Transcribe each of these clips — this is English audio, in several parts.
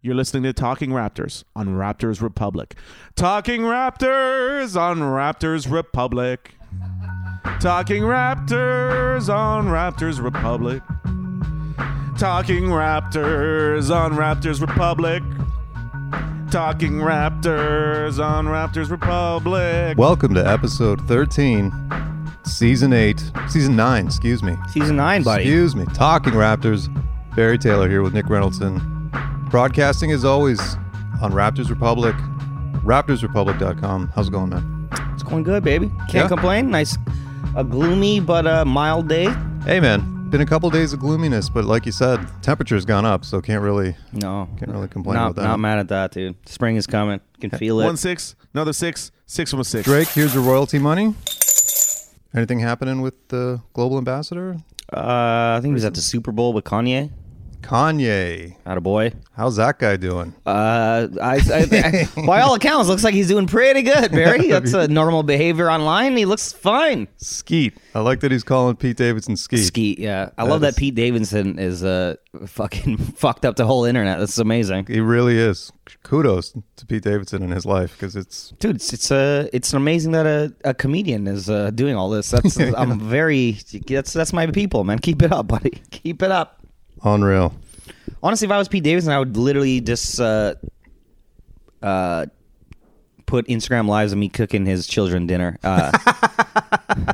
You're listening to Talking Raptors on Raptors Republic. Talking Raptors on Raptors Republic. Talking Raptors on Raptors Republic. Talking Raptors on Raptors Republic. Talking Raptors on Raptors Republic. Welcome to episode 13, season 8, season 9, excuse me. Season nine, buddy. Excuse me. Talking Raptors. Barry Taylor here with Nick Reynoldson. Broadcasting as always on Raptors Republic, raptorsrepublic.com. How's it going, man? It's going good, baby. Can't Yeah. complain. Nice, a gloomy but a mild day. Hey, man. Been a couple days of gloominess, but like you said, temperature's gone up, so can't really. No, Can't really complain not, about that. Not mad at that, dude. Spring is coming. Can feel it. One six, another six, six one six. Drake, here's your royalty money. Anything happening with the global ambassador? uh, I think he was at the Super Bowl with Kanye. Kanye. Not a boy. How's that guy doing? Uh, I, I, by all accounts, looks like he's doing pretty good, Barry. That's a normal behavior online. He looks fine. Skeet. I like that he's calling Pete Davidson Skeet. Skeet, yeah. I love is- that Pete Davidson is uh fucking fucked up the whole internet. That's amazing, He really is. Kudos to Pete Davidson and his life because it's dude. It's it's, uh, it's amazing that a, a comedian is uh, doing all this. That's I'm very that's that's my people, man. Keep it up, buddy. Keep it up. unreal. Honestly, if I was Pete Davidson, I would literally just uh, uh, put Instagram lives of me cooking his children dinner. Uh,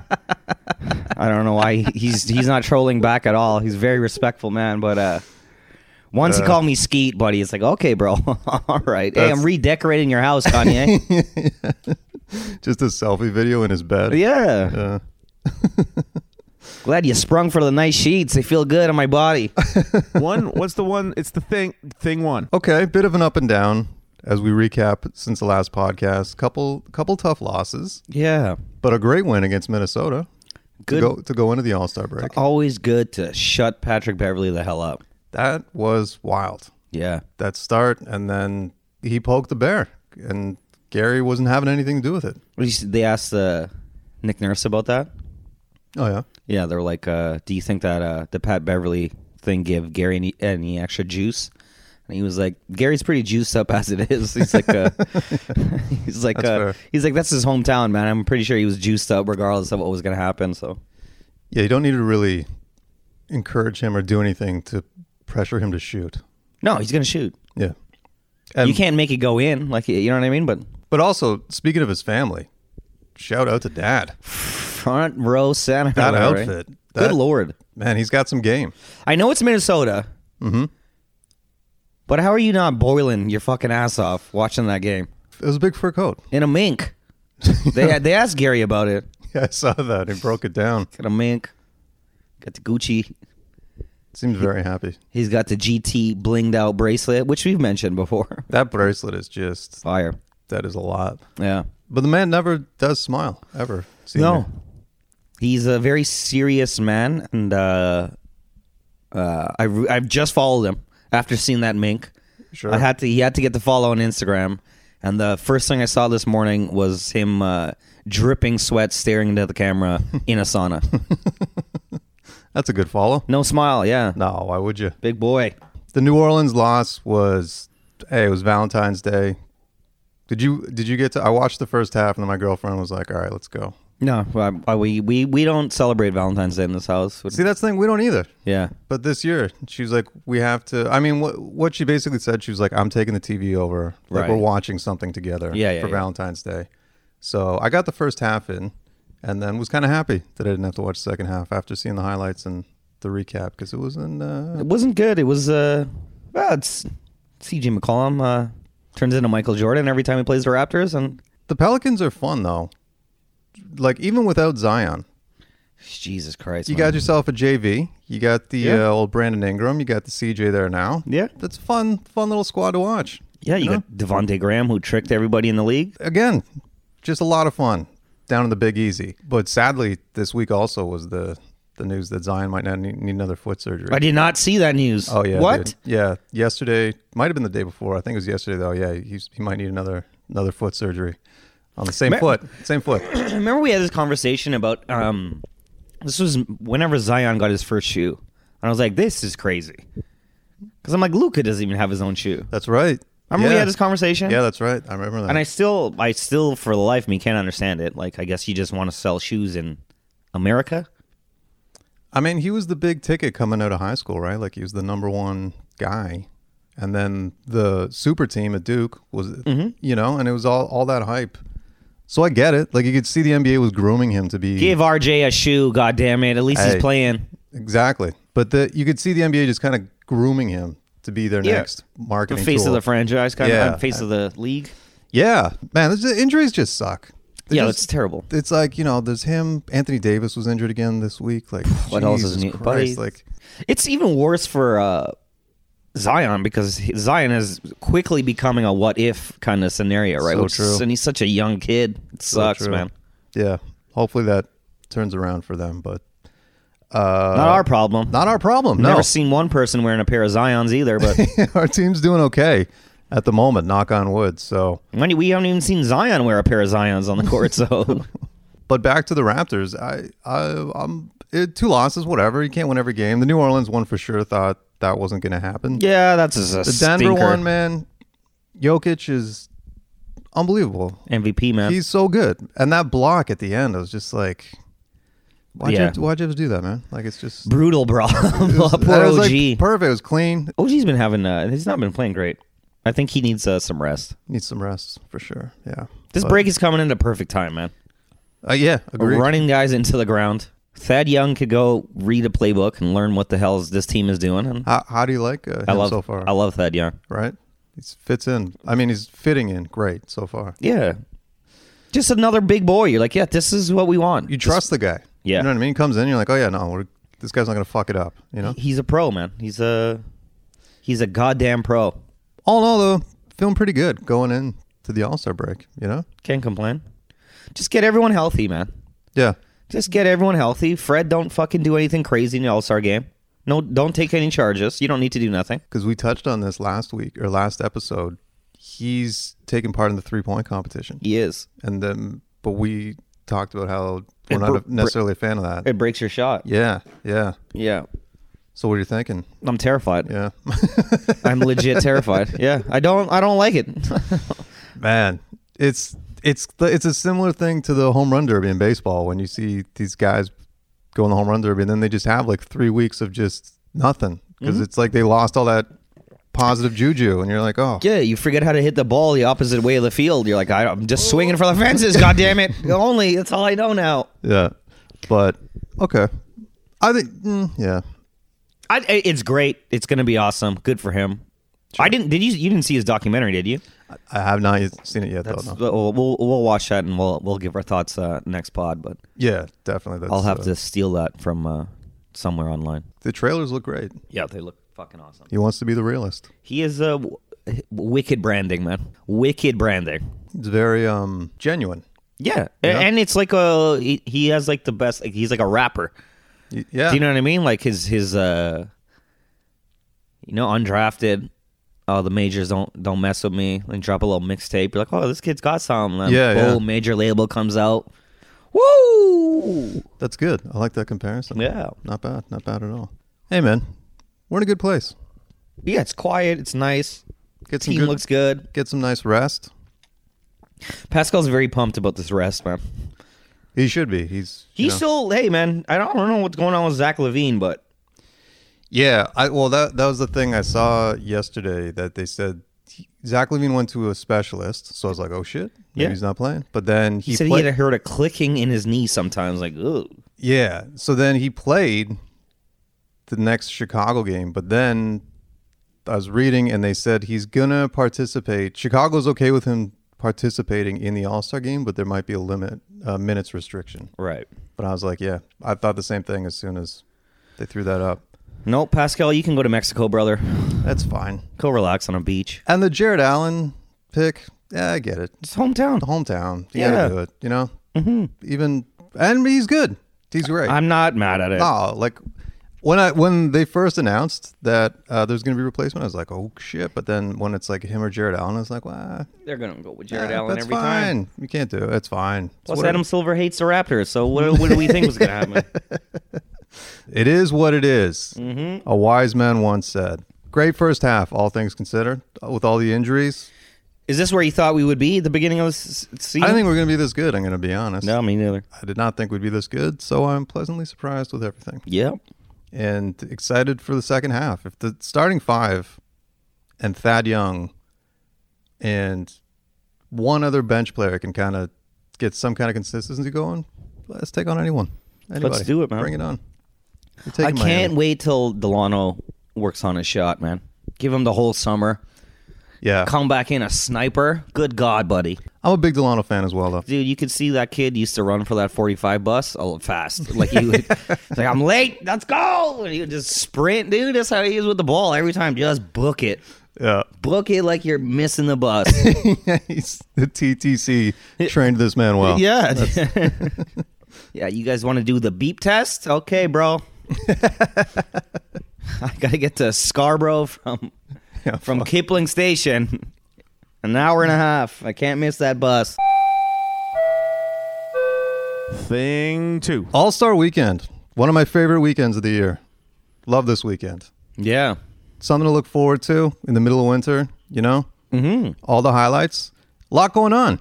I don't know why he- he's he's not trolling back at all. He's a very respectful man, but uh, once he called me Skeet, buddy, it's like okay, bro, all right. Hey, I'm That's- redecorating your house, Kanye. Just a selfie video in his bed. yeah, Uh, glad you sprung for the nice sheets. They feel good on my body. One, what's the one? It's the thing, thing one. okay, bit of an up and down as we recap since the last podcast. Couple couple tough losses, Yeah, but a great win against Minnesota good. Oh. to go to go into the All Star break. Always good to shut Patrick Beverly the hell up. That was wild. Yeah. That start and then he poked the bear and Gary wasn't having anything to do with it. We s- They asked uh, Nick Nurse about that. Oh yeah. Yeah, they're like, uh, "Do you think that uh, the Pat Beverly thing give Gary any, any extra juice?" And he was like, "Gary's pretty juiced up as it is." He's like, uh, "He's like, uh, fair. he's like, that's his hometown, man. I'm pretty sure he was juiced up regardless of what was gonna happen." So Yeah, you don't need to really encourage him or do anything to pressure him to shoot. no, he's gonna shoot. Yeah. And, you can't make it go in, like you know what I mean. But But also, speaking of his family, shout out to dad. front row center, That right? outfit. Good That- lord. Man, he's got some game. I know it's Minnesota. Mm-hmm. But how are you not boiling your fucking ass off watching that game It was a big fur coat. in a mink? they they asked Gary about it. Yeah, I saw that. He broke it down. Got a mink. Got the Gucci. Seems very happy. He's got the GT blinged out bracelet, which we've mentioned before. That bracelet is just Fire. that is a lot. Yeah. But the man never does smile ever. senior. No. He's a very serious man, and uh, uh, I re- I've just followed him after seeing that mink. Sure. I had to. He had to get the follow on Instagram, and the first thing I saw this morning was him uh, dripping sweat, staring into the camera in a sauna. That's a good follow. No smile. Yeah, No, why would you? big boy. The New Orleans loss was hey, it was Valentine's Day. Did you did you get to I watched the first half and then my girlfriend was like, "All right, let's go." No, I, I- we we we don't celebrate Valentine's Day in this house. See, that's the thing we don't either. yeah, But this year, she was like, "We have to." I mean, what what she basically said, she was like, "I'm taking the TV over. Like Right. we're watching something together Yeah, yeah, for yeah. Valentine's Day." So I got the first half in, and then was kind of happy that I didn't have to watch the second half after seeing the highlights and the recap because it wasn't. Uh, it wasn't good. It was uh, well, it's CJ McCollum uh, turns into Michael Jordan every time he plays the Raptors, and the Pelicans are fun though. Like even without Zion, Jesus Christ. You man. got yourself a JV. You got the Yeah. uh, old Brandon Ingram. You got the CJ there now. Yeah. that's a fun, fun little squad to watch. Yeah, you know? got Devonte Graham who tricked everybody in the league. again, just a lot of fun down in the Big Easy. But sadly, this week also was the the news that Zion might not need, need another foot surgery. I did not see that news. oh yeah, What? dude. Yeah, yesterday might have been the day before. I think it was yesterday though. Yeah, he's, he might need another another foot surgery on the same Ma- foot. Same foot. Remember we had this conversation about um this was whenever Zion got his first shoe. And I was like, this is crazy. Cuz I'm like Luca doesn't even have his own shoe. That's right. Remember we Yeah. had this conversation? Yeah, that's right. I remember that. And I still I still for the life of me can't understand it. Like I guess you just want to sell shoes in America? I mean, he was the big ticket coming out of high school, right? Like he was the number one guy. And then the super team at Duke was, Mm-hmm. you know, and it was all, all that hype. So I get it. Like you could see the NBA was grooming him to be Give RJ a shoe, god damn it. At least Hey. he's playing. exactly, but the you could see the NBA just kind of grooming him to be their Yeah. next The marketing face tool. of the franchise kind Yeah. of face of the league. Yeah, man, this, the injuries just suck. They're yeah, just- it's terrible. It's like you know, there's him. Anthony Davis was injured again this week. Like What else is Jesus new? Christ, Buddy. like It's even worse for uh, Zion because he- Zion is quickly becoming a what if kind of scenario, right? So Which is- true. and he's such a young kid. It sucks, true. man. Yeah. Hopefully that turns around for them, but Not our problem. Uh, not our problem. No. Never seen one person wearing a pair of Zions either, but our team's doing okay at the moment, knock on wood. So, Money, we haven't even seen Zion wear a pair of Zions on the court. So but back to the Raptors. I, I, I'm it, two losses, whatever. You can't win every game. The New Orleans one for sure thought that wasn't going to happen. yeah, that's just a the Denver stinker. one, man. Jokic is unbelievable. MVP man. He's so good, and that block at the end, I was just like, why'd Yeah. you, why'd you have to do that, man? Like it's just brutal, bro. That Poor was, OG. like, perfect. It was clean. OG's been having. Uh, he's not been playing great. I think he needs uh, some rest. Needs some rest for sure. Yeah. This But- break is coming into perfect time, man. Uh, yeah. Agreed. running guys into the ground. Thad Young could go read a playbook and learn what the hell this team is doing. And How, how do you like uh, him I love so far? I love Thad Young. right? He's fits in. I mean, he's fitting in great so far. Yeah, just another big boy. You're like, yeah, this is what we want. You trust the guy. Yeah. You know what I mean? He comes in, you're like, oh yeah, no, we're, this guy's not gonna fuck it up. You know. This- he's a pro, man. He's a he's a goddamn pro. All in all, though, feeling pretty good going in to the All Star break. You know? Can't complain. Just get everyone healthy, man. Yeah. Just get everyone healthy. Fred, don't fucking do anything crazy in the All Star game. No, don't take any charges. You don't need to do nothing. Because we touched on this last week or last episode. He's taking part in the three point competition, He is. and then but we talked about how we're And Br- not Br- necessarily a fan of that. It breaks your shot. yeah. Yeah. Yeah, So what are you thinking? I'm terrified. Yeah. I'm legit terrified. Yeah, I don't. I don't like it. man it's it's the, it's a similar thing to the home run derby in baseball when you see these guys go in the home run derby and then they just have like three weeks of just nothing Mm-hmm. because it's like they lost all that positive juju and you're like oh Yeah, you forget how to hit the ball the opposite way of the field. You're like, I, I'm just swinging for the fences. God damn it! Only that's all I know now. yeah but okay i think mm, yeah I, I- it's great. It's gonna be awesome. Good for him. I didn't. Did you? You didn't see his documentary, did you? i have not yet seen it yet though no. Uh, We'll, we'll we'll watch that and we'll we'll give our thoughts uh, next pod. But yeah definitely that's, I'll have uh, to steal that from uh, somewhere online. the trailers look great Yeah, they look fucking awesome. he wants to be the realist He is a w- wicked branding man. Wicked branding. it's very um genuine Yeah, A- and it's like a he, he has like the best. Like, he's like a rapper. Y- yeah Do you know what I mean? Like his his uh you know, undrafted. Oh, the majors don't don't mess with me. And drop a little mixtape. You're like, oh, this kid's got something. And Yeah, yeah. boom, major label comes out. Woo! that's good i like that comparison Yeah, not bad not bad at all hey man we're in a good place yeah. It's quiet. It's nice. Get some Team good, looks good. get some nice rest. Pascal's very pumped about this rest, man. He should be. He's He's you know. still, hey, man. I don't, I don't know what's going on with Zach Levine, but yeah. I well that that was the thing I saw yesterday that they said he, Zach Levine went to a specialist. So I was like, oh shit, maybe Yeah. he's not playing. But then he, he, said played. he had heard a clicking in his knee sometimes. Like, ooh, yeah. So then he played the next Chicago game, but then I was reading and they said he's gonna participate. Chicago's okay with him participating in the All Star game, but there might be a limit, uh, minutes restriction. Right. But I was like, yeah, I thought the same thing as soon as they threw that up. Nope, Pascal, you can go to Mexico, brother. That's fine. Go relax on a beach. And the Jared Allen pick, yeah, I get it. It's hometown. The hometown, you Yeah. gotta do it. You know, mm-hmm. even and he's good. He's great. I'm not mad at it. No, like when I when they first announced that uh, there's going to be replacement, I was like, oh shit! But then when it's like him or Jared Allen, I was like, well, They're gonna go with Jared eh, Allen that's every time. fine. You can't do it. It's fine. It's Plus, what it- Adam Silver hates the Raptors, so what, what do we think was gonna happen? it is what it is. Mm-hmm. A wise man once said. Great first half, all things considered, with all the injuries. Is this where you thought we would be at the beginning of this s- season? I didn't think we are going to be this good. I'm going to be honest. no, me neither. I did not think we'd be this good, so I'm pleasantly surprised with everything. Yep. and excited for the second half. If the starting five and Thad Young and one other bench player can kind of get some kind of consistency going, let's take on anyone. Anybody. do it, man. Bring it on. You're I taking can't Miami. wait till Delano works on his shot, man. Give him the whole summer. Yeah, Come back in a sniper. Good God, buddy. I'm a big Delano fan as well, though. Dude, you could see that kid used to run for that 45 bus all fast. Like, he would, it's like, I'm late. Let's go. And he would just sprint, dude. That's how he is with the ball every time. Just book it. Yeah, Book it like you're missing the bus. He's- the TTC trained this man well. yeah. yeah, you guys want to do the beep test? Okay, bro. I got to get to Scarborough from Yeah, from Kipling Station. An hour and a half. I can't miss that bus. Thing two. All Star Weekend, one of my favorite weekends of the year. Love this weekend. Yeah. something to look forward to in the middle of winter. You know, mm-hmm. all the highlights, a lot going on.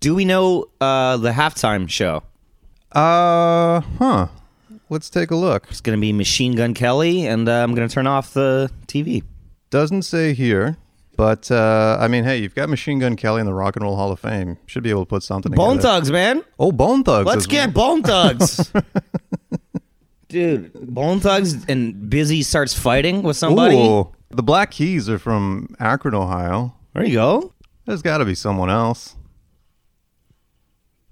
Do we know uh, the halftime show? Uh, huh. Let's take a look. It's going to be Machine Gun Kelly, and uh, I'm going to turn off the TV. Doesn't say here, but uh, I mean, hey, you've got Machine Gun Kelly in the Rock and Roll Hall of Fame. Should be able to put something. Bone together. Thugs, man. Oh, Bone Thugs. Let's is- get Bone Thugs. Dude, Bone Thugs and Busy starts fighting with somebody. Ooh, the Black Keys are from Akron, Ohio. There you go. There's got to be someone else.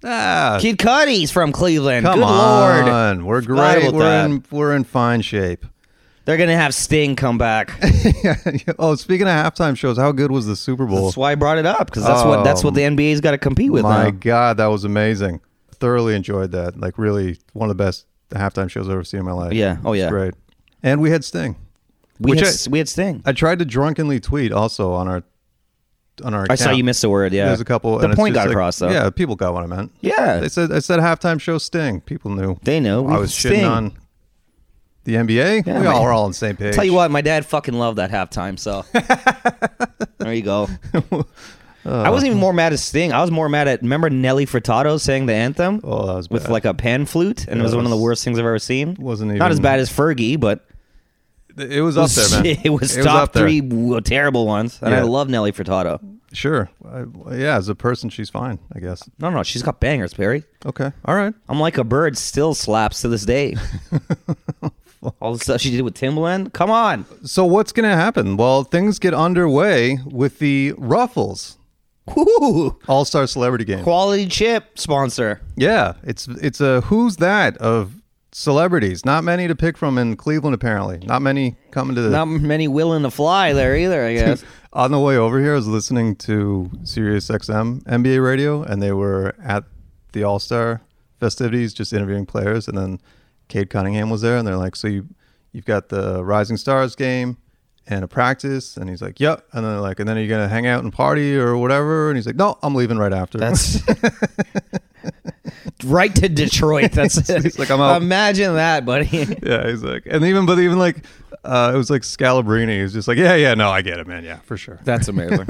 Ah, Kid Cudi's from Cleveland. come Good lord. on, we're Forgot great. about We're that. in we're in fine shape. They're going to have Sting come back. oh, speaking of halftime shows, how good was the Super Bowl? That's why I brought it up because that's what that's what the NBA's got to compete with Um, My now. God, that was amazing. Thoroughly enjoyed that. Like, really, one of the best halftime shows I've ever seen in my life. Yeah. Oh, It's yeah. great. And we had Sting. We Which had, I- S- we had Sting. I tried to drunkenly tweet also on our on our. I saw account. you miss a word. Yeah, There's a couple. The and it's point just got like- across though. Yeah, people got what I meant. Yeah. they said I said halftime show Sting. People knew. They know. I was Sting. shitting on the NBA. Oh, Yeah, we all man. were all on the same page. Tell you what, my dad fucking loved that halftime. So there you go. Uh, I wasn't even more mad at Sting. I was more mad at remember Nelly Furtado sang the anthem Oh, that was with bad. like a pan flute, and it was that one of the was- worst things I've ever seen. wasn't not as even- bad as Fergie, but it was up there, man. it was up top there. three w- terrible ones. And I Yeah. love Nelly Furtado. Sure. I, yeah, as a person, she's fine, I guess. No, no, she's got bangers, Perry. Okay. All right. I'm like a bird still slaps to this day. All the stuff she did with Timbaland, come on. So what's going to happen? Well, things get underway with the Ruffles Woo! All Star Celebrity Game. Quality chip sponsor. Yeah, it's it's a who's that of celebrities. Not many to pick from in Cleveland, apparently. Not many coming to the. Not many willing to fly there either, I guess. On the way over here, I was listening to Sirius XM NBA radio, and they were at the All Star festivities, just interviewing players. And then Cade Cunningham was there, and they're like, "So you, you've got the Rising Stars game and a practice?" And he's like, "Yep." And then they're like, "And then are you gonna hang out and party or whatever?" And he's like, "No, I'm leaving right after." That's right to Detroit. That's it. He's like, I'm out. Imagine that, buddy. yeah, he's like, and even but even like, uh, it was like Scalabrini. He was just like, "Yeah, yeah, no, I get it, man. Yeah, for sure." That's amazing.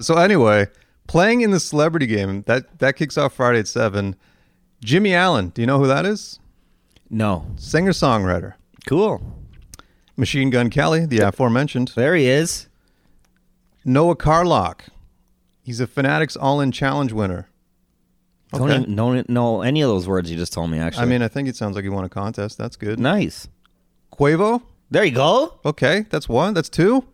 So anyway, playing in the celebrity game that that kicks off Friday at seven. Jimmy Allen, do you know who that is? No. Singer songwriter, Cool. Machine Gun Kelly, the aforementioned. There he is. Noah Carlock, he's a Fanatics All In Challenge winner. Don't Okay. even know, know any of those words you just told me, actually. I mean, I think it sounds like he won a contest. That's good. nice. Quavo, There you go. okay, that's one. That's two.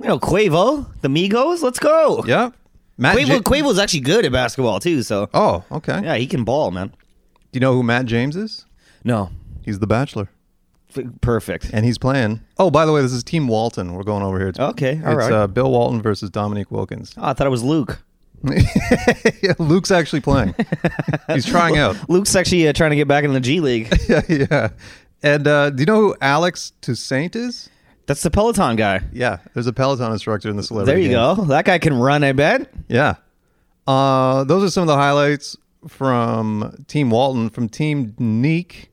You know, Quavo, the Migos, let's go. Yep. Matt Quavo, Ja- Quavo's actually good at basketball too. So Oh, okay. yeah, he can ball, man. Do you know who Matt James is? No, He's the Bachelor, F- perfect. and he's playing. Oh, by the way, this is Team Walton. We're going over here. It's, Okay, all it's right. uh, Bill Walton versus Dominique Wilkins. Oh, I thought it was Luke. Yeah, Luke's actually playing. he's trying out. Luke's actually uh, trying to get back in the G League. yeah, yeah. And uh, do you know who Alex Toussaint is? That's the Peloton guy. Yeah, there's a Peloton instructor in the celebrity. There you game. go. That guy can run. I bet. Yeah. Uh, those are some of the highlights from Team Walton. From Team Neek,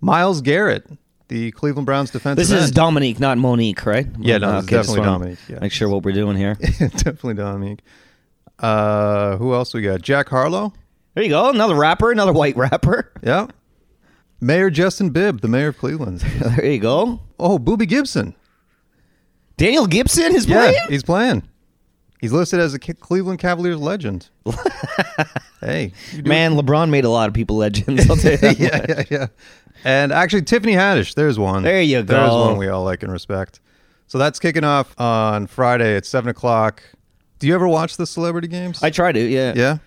Miles Garrett, the Cleveland Browns defensive This is end. Dominique, not Monique, right? Uh, Yeah, no, this is just definitely wanna Dominique, yeah. Make sure what we're doing here. Definitely Dominique. Uh, who else we got? Jack Harlow. There you go. Another rapper, another white rapper. Yeah. Mayor Justin Bibb, the mayor of Cleveland. There you go. oh, Booby Gibson. Daniel Gibson is Yeah, playing. he's playing. He's listed as a Ca- Cleveland Cavaliers legend. hey, Man, LeBron made a lot of people legends. I'll tell you that. yeah, yeah, yeah. And actually, Tiffany Haddish, there's one. There you There's go. one we all like and respect. So that's kicking off on Friday at seven o'clock. Do you ever watch the celebrity games? I try to. Yeah. yeah,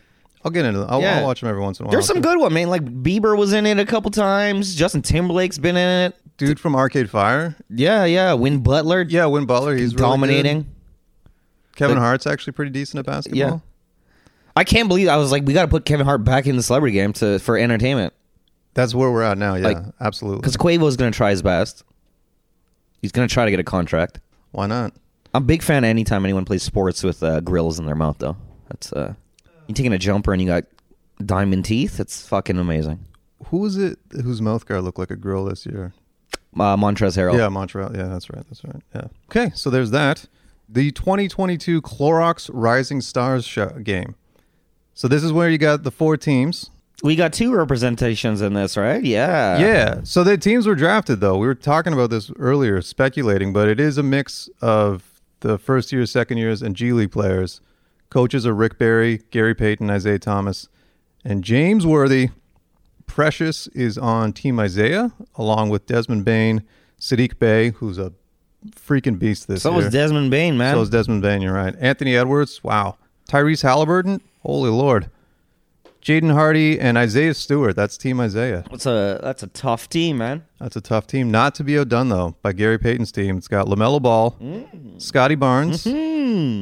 I'll get into them. I'll, Yeah. I'll watch them every once in a while. There's some good one, man. Like Bieber was in it a couple times. Justin Timberlake's been in it. dude from Arcade Fire. Yeah, yeah. Win Butler. Yeah, Win Butler. He's really good. dominating. Kevin Like- Hart's actually pretty decent at basketball. Yeah. I can't believe I was like, we got to put Kevin Hart back in the celebrity game to for entertainment that's where we're at now. Yeah, Like- absolutely. because Quavo's gonna try his best. He's gonna try to get a contract. Why not? I'm a big fan of anytime anyone plays sports with uh, grills in their mouth, though. That's uh, you taking a jumper and you got diamond teeth. It's fucking amazing. Who was it whose mouth guard looked like a grill this year? Uh, Montrez Harrell. Yeah, Montreal. Yeah, that's right. That's right. Yeah. Okay, so there's that. The 2022 Clorox Rising Stars show, game. So this is where you got the four teams. we got two representations in this, right? Yeah, yeah. So the teams were drafted though. We were talking about this earlier, speculating, but it is a mix of the first year, second years, and G League players. Coaches are Rick Barry, Gary Payton, Isaiah Thomas, and James Worthy. Precious is on Team Isaiah along with Desmond Bain, Sadiq Bay, who's a freaking beast this So year. was Desmond Bain, man. So is Desmond Bain. You're right. Anthony Edwards. Wow. Tyrese Halliburton. Holy lord. Jaden Hardy and Isaiah Stewart. That's Team Isaiah. that's a that's a tough team, man. That's a tough team. Not to be outdone though by Gary Payton's team. It's got Lamelo Ball, Scotty Barnes,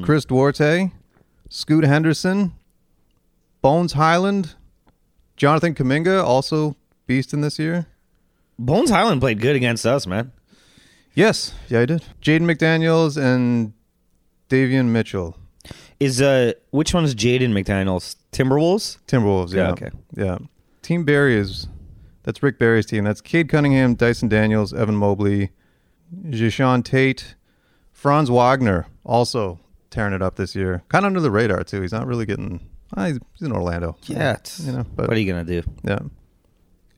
Chris Duarte, Scoot Henderson, Bones Highland, Jonathan Kaminga. Also beast in this year. Bones Highland played good against us, man. Yes. Yeah, I did. Jaden McDaniels and Davian Mitchell. Is uh, which one is Jaden McDaniels? Timberwolves. Timberwolves. Yeah. Yeah, okay. Yeah. Team Barry is that's Rick Barry's team. That's Cade Cunningham, Dyson Daniels, Evan Mobley, Jashon Tate, Franz Wagner also tearing it up this year. Kind of under the radar too. He's not really getting. ah, he's, he's in Orlando. Yeah, it's- You know, but- what are you gonna do? Yeah.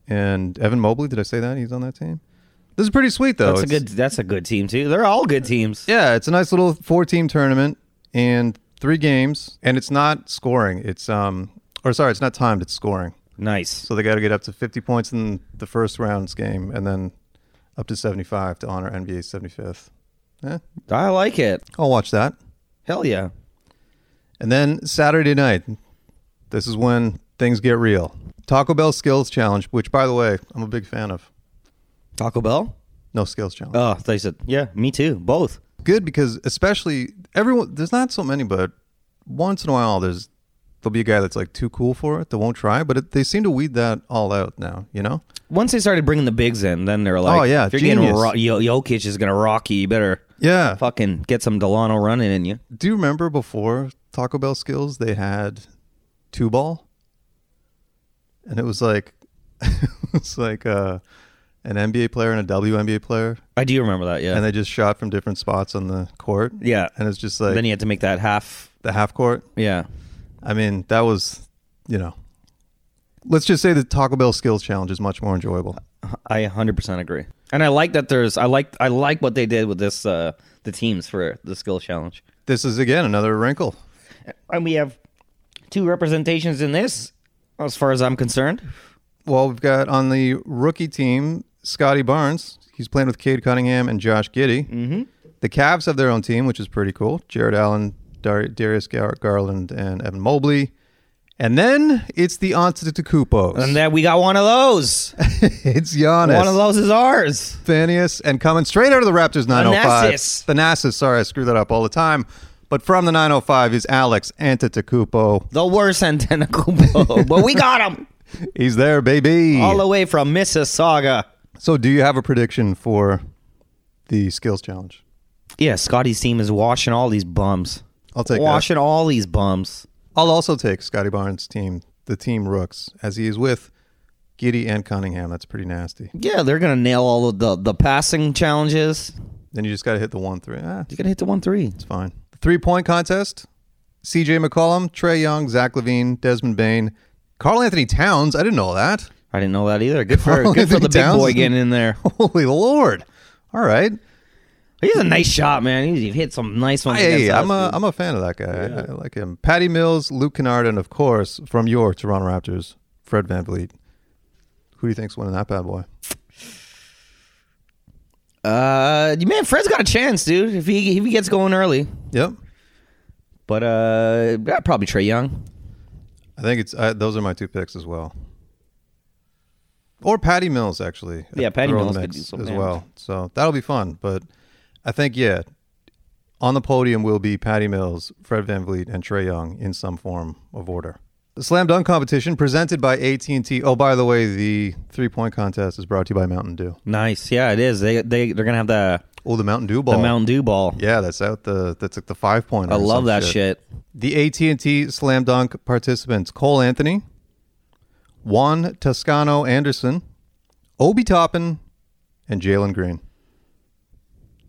And Evan Mobley, did I say that he's on that team? This is pretty sweet though. that's a It's- good. That's a good team too. They're all good teams. yeah, it's a nice little four-team tournament and three games, and it's not scoring. It's um, or sorry, it's not timed. It's scoring. Nice. So they got to get up to 50 points in the first round's game and then up to 75 to honor NBA's 75th. Eh, I like it. I'll watch that. Hell yeah. And then Saturday night, this is when things get real. Taco Bell Skills Challenge, which, by the way, I'm a big fan of. Taco Bell. No Skills Challenge. Oh, they said yeah. Me too. Both. Good because, especially, everyone, there's not so many, but once in a while, there's there'll be a guy that's like too cool for it that won't try, but it, they seem to weed that all out now, you know? Once they started bringing the bigs in, then they're like, Oh, yeah, if you're getting genius. ro- Yo- Jokic is gonna rock you. You better Yeah. fucking get some Delano running in you. Do you remember before Taco Bell skills they had two ball? And it was like it's like uh, an NBA player and a WNBA player, I do remember that. Yeah. and they just shot from different spots on the court. Yeah. and it's just like then you had to make that half. the half court. Yeah. I mean, that was you know, let's just say the Taco Bell skills challenge is much more enjoyable. I 100% agree. And I like that there's I like I like what they did with this uh the teams for the skill challenge. This is again another wrinkle. And we have two representations in this as far as I'm concerned. Well, we've got on the rookie team Scotty Barnes. He's playing with Cade Cunningham and Josh Giddy. Mm-hmm. The Cavs have their own team, which is pretty cool. Jared Allen, Dar- Darius Gar- Garland and Evan Mobley. And then it's the Antetokounmpos. And then we got one of those. it's Giannis. One of those is ours. Thanasis and coming straight out of the Raptors 905. Thanasis. Thanasis. Sorry, I screw that up all the time. But from the 905 is Alex Antetokounmpo. The worst Antetokounmpo, but we got him He's there, baby. all the way from Mississauga. so, do you have a prediction for the skills challenge? Yeah, Scotty's team is washing all these bums. I'll take that. washing all these bums. I'll also take Scotty Barnes' team, the team Rooks, as he is with Giddy and Cunningham. That's pretty nasty. Yeah, they're gonna nail all of the the passing challenges. Then you just got to hit the one three. Ah, They're gonna hit the one three. it's fine. The three point contest: C.J. McCollum, Trey Young, Zach Levine, Desmond Bain, Carl Anthony Towns. I didn't know that. I didn't know that either. Good for Carl good for the Anthony big Towns? boy getting in there. Holy Lord! All right. He's a nice shot, man. He hit some nice ones. Hey, against I'm a us. I'm a fan of that guy. I- I like him. Patty Mills, Luke Kennard, and of course from your Toronto Raptors, Fred Van VanVleet. Who do you think's winning that bad boy? uh, man. Fred's got a chance, dude. If he if he gets going early, Yep. but uh, yeah, probably Trey Young. I think it's uh, those are my two picks as well. Or Patty Mills actually. Yeah, Patty Throw in the Mills could mix do something, as yeah. well. So that'll be fun. But I think yeah, on the podium will be Patty Mills, Fred Van Vliet, and Trey Young in some form of order. The slam dunk competition presented by AT and T. Oh, by the way, the three point contest is brought to you by Mountain Dew. Nice. Yeah, it is. They they they're gonna have the Oh, the Mountain Dew ball. the Mountain Dew ball. yeah, that's out the that's like the five point. I love that shit. The AT&T slam dunk participants: Cole Anthony, Juan Toscano Anderson, Obi Toppin, and Jalen Green.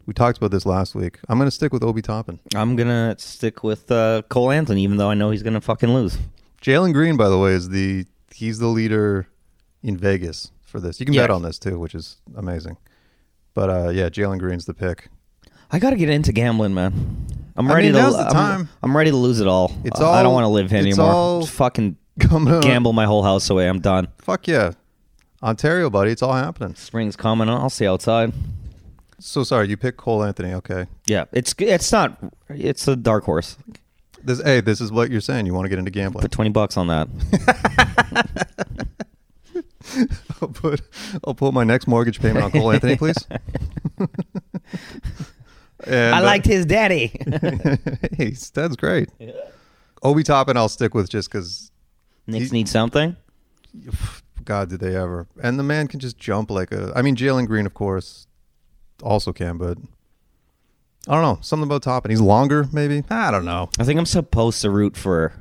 We talked about this last week. I'm going to stick with Obi Toppin. I'm gonna stick with uh, Cole Anthony, even though I know he's gonna fucking lose. Jalen Green, by the way, is the he's the leader in Vegas for this. You can bet Yes. on this too, which is amazing. But uh, yeah, Jalen Green's the pick. I gotta get into gambling, man. I'm I ready mean, to. now's the I'm- time. I'm, ready to lose it all. It's I- I don't all- want to live here it's anymore. all- Just fucking Coming up, gamble my whole house away. I'm done. Fuck yeah, Ontario, buddy. It's all happening. Spring's coming. I'll see outside. So sorry, you picked Cole Anthony. Okay, Yeah, it's it's not. It's a dark horse. This, hey, this is what you're saying. You want to get into gambling? Put twenty bucks on that. I'll put, I'll put my next mortgage payment on Cole Anthony, please. And, I uh, liked his daddy. hey, Stead's great. Obi Toppin, I'll stick with just because. Knicks need something. God, did they ever? And the man can just jump like a. I mean, Jalen Green, of course, also can, but I don't know. Something about Toppin. He's longer, maybe. I don't know. I think I'm supposed to root for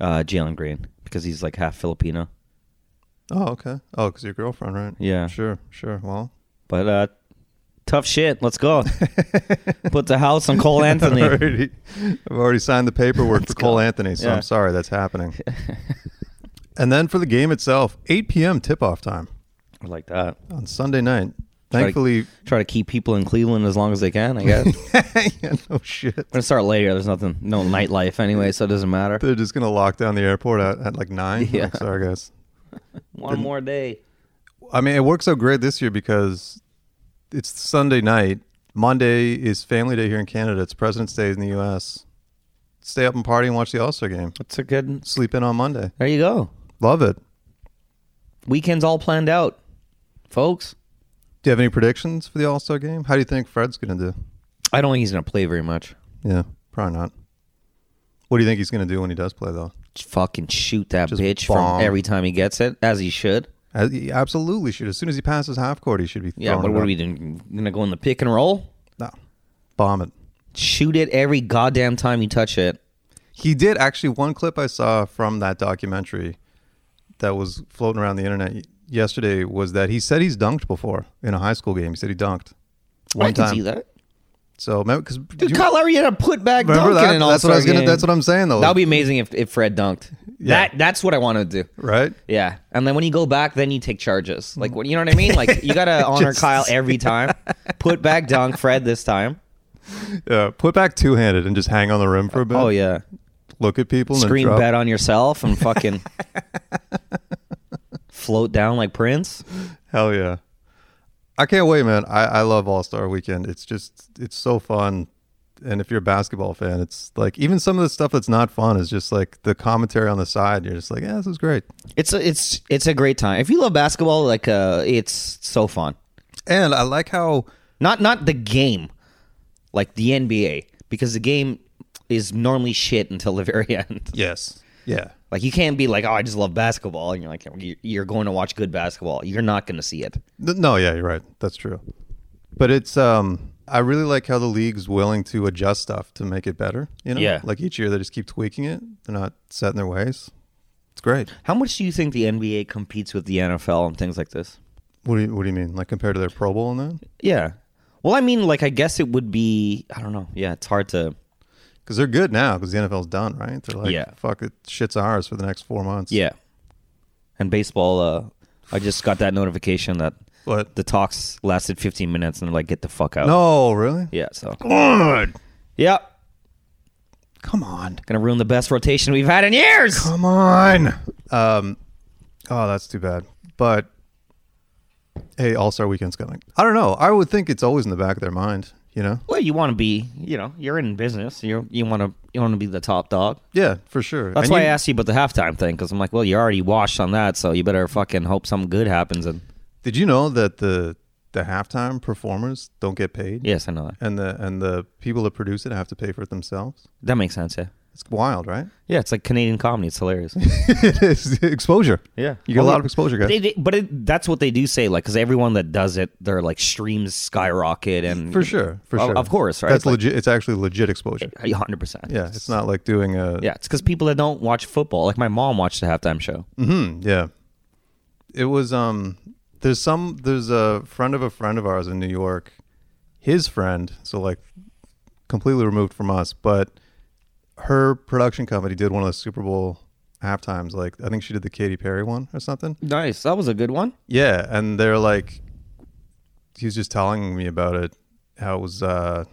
uh, Jalen Green because he's like half Filipino. Oh, okay. Oh, because your girlfriend, right? Yeah. Sure, sure. Well, But uh, tough shit. Let's go. Put the house on Cole Anthony. I've already, I've already signed the paperwork for Cole Anthony, so Yeah. I'm sorry that's happening. and then for the game itself, 8 p.m. tip-off time I like that. on Sunday night. Try to- Thankfully, Try to keep people in Cleveland as long as they can. I guess. I'm yeah, no shit. gonna start later. There's nothing, no nightlife anyway, so it doesn't matter. They're just gonna lock down the airport at, at like nine. Yeah. Like, sorry guys. One more day. I mean, it works out great this year because it's Sunday night. Monday is Family Day here in Canada. It's President's Day in the U.S. Stay up and party and watch the All Star game. That's a good. Sleep in on Monday. There you go. Love it. Weekend's all planned out, folks. Do you have any predictions for the All Star game? How do you think Fred's going to do? I don't think he's gonna play very much. Yeah, probably not. What do you think he's going to do when he does play, though? Just fucking shoot that Just bitch bomb. from every time he gets it, as he should. As- He absolutely should. As soon as he passes half court, he should be. Yeah, throwing but it what up. are we doing? Gonna go in the pick and roll? No, bomb it. Shoot it every goddamn time you touch it. He did actually. One clip I saw from that documentary that was floating around the internet y- yesterday was that he said he's dunked before in a high school game. He said he dunked one I can time. see that. So because Dude, Kyle Lowry had a putback dunk remember in that? an That's what All-Star I was gonna. game. That's what I'm saying though. That would be amazing if, if Fred dunked. Yeah. That that's what I want to do. right. Yeah, and then when you go back, then you take charges. Like what you know what I mean? Like you gotta honor Just- Kyle every time. Put back dunk Fred this time. Yeah, put back two handed and just hang on the rim for a bit. Oh yeah, look at people. screen and then drop. bet on yourself and fucking float down like Prince. Hell yeah. I can't wait, man. I, I love All Star Weekend. It's just it's so fun. and if you're a basketball fan, it's like even some of the stuff that's not fun is just like the commentary on the side. You're just like, yeah, this is great. It's a, it's it's a great time. If you love basketball, like uh, it's so fun. And I like how Not not the game, like the NBA, because the game is normally shit until the very end. yes, yeah, Like you can't be like, oh, I just love basketball, and you're like, "You- you're going to watch good basketball. You're not going to see it. Th- No, yeah, you're right. That's true. But it's um I really like how the league's willing to adjust stuff to make it better, you know? Yeah. Like each year they just keep tweaking it. They're not set in their ways. It's great. How much do you think the NBA competes with the NFL and things like this? What do you, what do you mean? Like compared to their Pro Bowl and that? Yeah. Well, I mean, like I guess it would be. I don't know. Yeah, it's hard to. Cuz they're good now cuz the NFL's done, right? They're like Yeah. fuck it shit's ours for the next 4 months. Yeah. And baseball, uh, I just got that notification that But the talks lasted 15 minutes, and they're like, get the fuck out. No, really? Yeah. So. God. Yeah. Come on. Gonna ruin the best rotation we've had in years. Come on. Um, oh, that's too bad. But hey, All Star Weekend's coming. I don't know. I would think it's always in the back of their mind. You know? Well, you want to be, you know, you're in business. You you want to you want to be the top dog. Yeah, for sure. That's And why you- I asked you about the halftime thing because I'm like, well, you already washed on that, so you better fucking hope something good happens. And Did you know that the the halftime performers don't get paid? yes, I know that. And the and the people that produce it have to pay for it themselves. That makes sense. Yeah. It's wild, right? Yeah, it's like Canadian comedy. It's hilarious. it is exposure. Yeah. you get a Well, lot of exposure, guys. They, they, but it, that's what they do say, like, because everyone that does it, their like streams skyrocket, and for sure, for Mm-hmm. Well, sure. of course, right? That's Like- legit. It's actually legit exposure. hundred percent. Yeah, it's not like doing a yeah, it's because people that don't watch football, like my mom watched the halftime show. Mm, yeah. It was um there's some there's a friend of a friend of ours in New York. His friend, so like completely removed from us, but her production company did one of the Super Bowl halftimes. Like I think she did the Katy Perry one or something. Nice, that was a good one. Yeah, and they're like, he was just telling me about it. How it was, uh,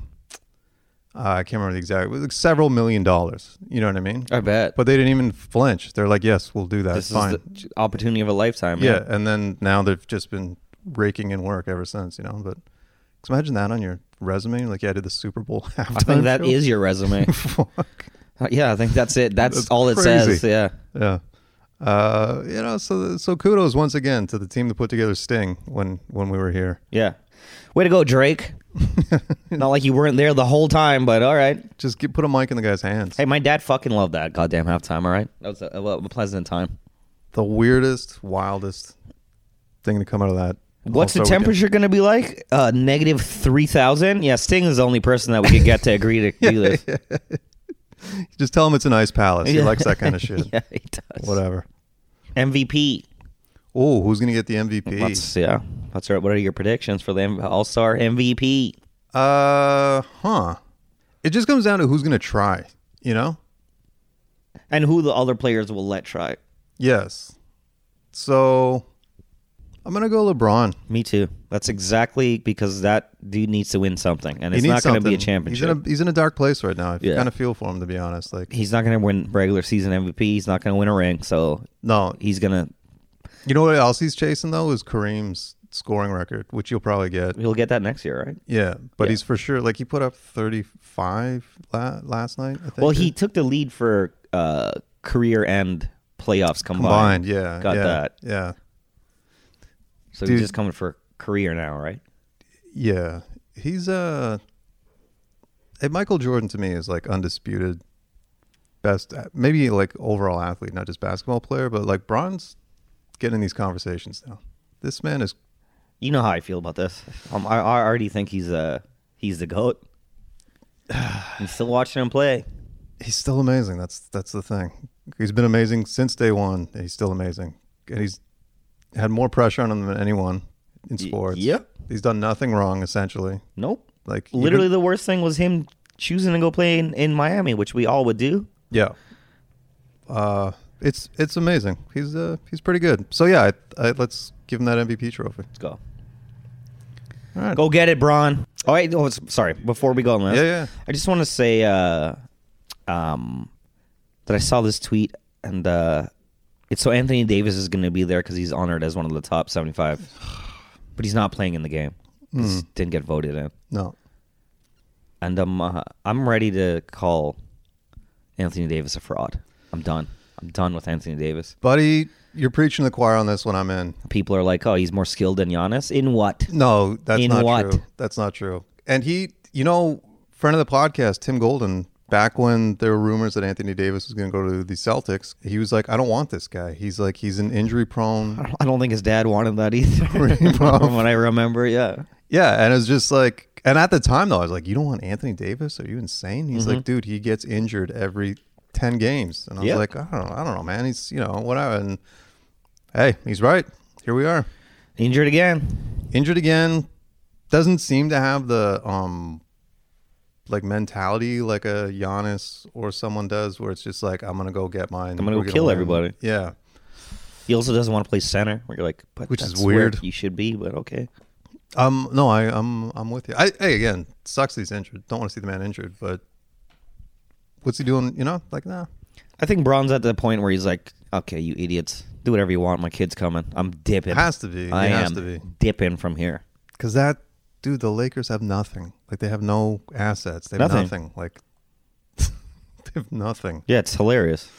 I can't remember the exact. It was like several million dollars. You know what I mean? I bet. But they didn't even flinch. They're like, yes, we'll do that. this Fine. is the opportunity of a lifetime. man. Yeah, and then now they've just been raking in work ever since, you know. But cause imagine that on your resume, like yeah, I did the Super Bowl halftime. I think that show. is your resume. Fuck. yeah, I think that's it. That's, That's all it crazy. says. Yeah, Yeah. Uh, you know, so so kudos once again to the team that put together Sting when when we were here. yeah. Way to go, Drake. Not like you weren't there the whole time, but all right. Just get, put a mic in the guy's hands. Hey, my dad fucking loved that goddamn halftime. All right, that was a, a pleasant time. The weirdest, wildest thing to come out of that. What's the All-Star weekend. temperature going to be like? Uh, negative 3,000? Yeah, Sting is the only person that we could get to agree to do this. yeah, Just tell him it's an ice palace. He Yeah. likes that kind of shit. he does. Whatever. MVP. Oh, who's gonna get the MVP? That's, yeah, that's right. What are your predictions for the All Star MVP? Uh, huh. It just comes down to who's gonna try. You know? And who the other players will let try? Yes. So I'm gonna go LeBron. Me too. That's exactly because that dude needs to win something, and He it's needs not going to be a something. championship. He's in a, he's in a dark place right now. I Yeah. kind of feel for him, to be honest. Like, He's not going to win regular season MVP. He's not going to win a ring. So no, he's going to. you know what else he's chasing though is Kareem's scoring record, which you'll probably get. He'll get that next year, right? Yeah, but he's for sure like he put up 35 la- last night. I think, Well, he or- took the lead for uh, career and playoffs combined. combined. Yeah, Got yeah, that. Yeah, So Dude. he's just coming for career now, right? yeah. He's uh, hey, Michael Jordan to me is like undisputed best, uh, maybe like overall athlete, not just basketball player, but like Bron's getting these conversations now. This man is You know how I feel about this. Um, I, I already think he's uh he's the goat. I'm still watching him play. he's still amazing. That's that's the thing. He's been amazing since day one. and He's still amazing, and he's had more pressure on him than anyone in sports. yep. he's done nothing wrong essentially. Nope. Like even- Literally, the worst thing was him choosing to go play in, in Miami, which we all would do. yeah. Uh, it's it's amazing. He's uh he's pretty good. So yeah, I, I, let's give him that MVP trophy. Let's go. All right. Go get it, Braun. All right. Oh, s- sorry. Before we go on this, Yeah, yeah. I just want to say uh, um, that I saw this tweet, and uh, it's so Anthony Davis is going to be there because he's honored as one of the top 75, Mm. but he's not playing in the game. 'cause He didn't get voted in. No. and I'm uh, I'm ready to call Anthony Davis a fraud. I'm done. I'm done with Anthony Davis. buddy. You're preaching to the choir on this one. I'm in. People are like, "Oh, he's more skilled than Giannis." In what? No, that's In not what? true. That's not true. And he, you know, friend of the podcast, Tim Golden, back when there were rumors that Anthony Davis was going to go to the Celtics, he was like, I don't want this guy. He's like, he's an injury prone. I don't think his dad wanted that either. From what I remember, yeah. Yeah. And it was just like, and at the time though, I was like, you don't want Anthony Davis? Are you insane? He's like, dude, he gets injured every 10 games. And I was Mm-hmm. Yeah. like, I don't know. I don't know, man. He's, you know, whatever. And hey, he's right. Here we are. Injured again. injured again doesn't seem to have the um like mentality like a Giannis or someone does where it's just like I'm gonna go get mine I'm gonna We're go kill win. everybody. yeah He also doesn't want to play center. Where you're like, but Which is that's where weird. You should be, but okay. um no I I'm I'm with you I hey again sucks he's injured don't want to see the man injured but what's he doing you know like nah I think Braun's at the point where he's like, okay, you idiots, do whatever you want. My kid's coming. I'm dipping. Has to be. He I has am to be. dipping from here. because that dude the Lakers have nothing like they have no assets they have nothing, Nothing. like they have nothing Yeah, it's hilarious.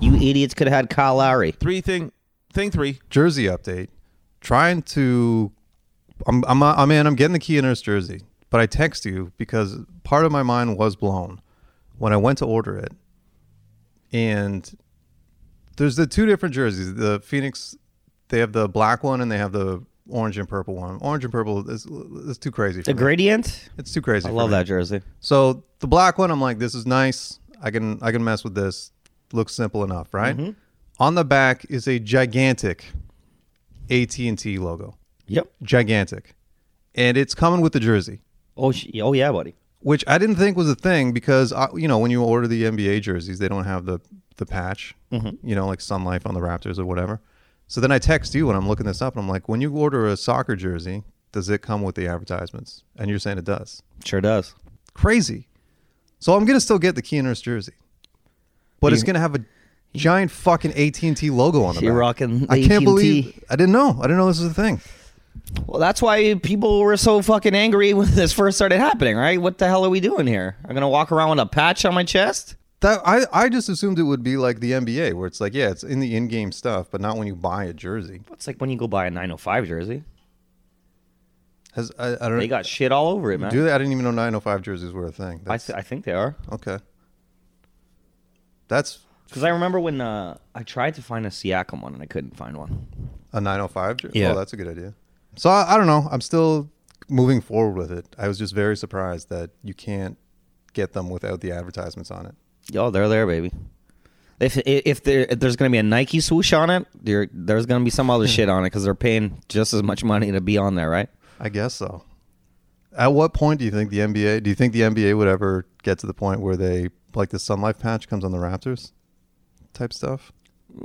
You idiots could have had Kyle Lowry. Three thing, thing three. jersey update, trying to, I'm, I'm, I'm in, I'm getting the key in this jersey, but I text you because part of my mind was blown when I went to order it. And there's the two different jerseys. The Phoenix, they have the black one and they have the orange and purple one. Orange and purple is, is too crazy. For The me. gradient. It's too crazy. I for love me. that jersey. So the black one, I'm like, this is nice. I can I can mess with this. Looks simple enough, right? On the back is a gigantic AT and T logo, Yep. gigantic, and it's coming with the jersey, Oh, sh- oh yeah, buddy. which I didn't think was a thing because I, you know when you order the NBA jerseys, they don't have the the patch, you know, like Sun Life on the Raptors or whatever. So then I text you when I'm looking this up, and I'm like, when you order a soccer jersey, does it come with the advertisements? And you're saying it does Sure does. crazy. So I'm gonna still get the Keener's jersey, but it's gonna have a giant fucking AT and T logo on the You're back. rocking I can't AT&T. believe I didn't know. I didn't know this was a thing. Well, that's why people were so fucking angry when this first started happening, right? What the hell are we doing here? I'm gonna walk around with a patch on my chest. That I, I just assumed it would be like the NBA, where it's like, yeah, it's in the in-game stuff, but not when you buy a jersey. It's like when you go buy a 905 jersey. Has I, I don't They got shit all over it, man. do they? I didn't even know 905 jerseys were a thing. I, That's, th- I think they are. okay, that's Because I remember when uh, I tried to find a Siakam one and I couldn't find one. a 905 jersey. Yeah. Oh, that's a good idea. So I, I don't know. I'm still moving forward with it. I was just very surprised that you can't get them without the advertisements on it. Yo, they're there, baby. If if, there, if there's gonna be a Nike swoosh on it, there, there's gonna be some other shit on it because they're paying just as much money to be on there, right? I guess so. At what point do you think the NBA? Do you think the NBA would ever get to the point where they like the Sun Life patch comes on the Raptors, type stuff?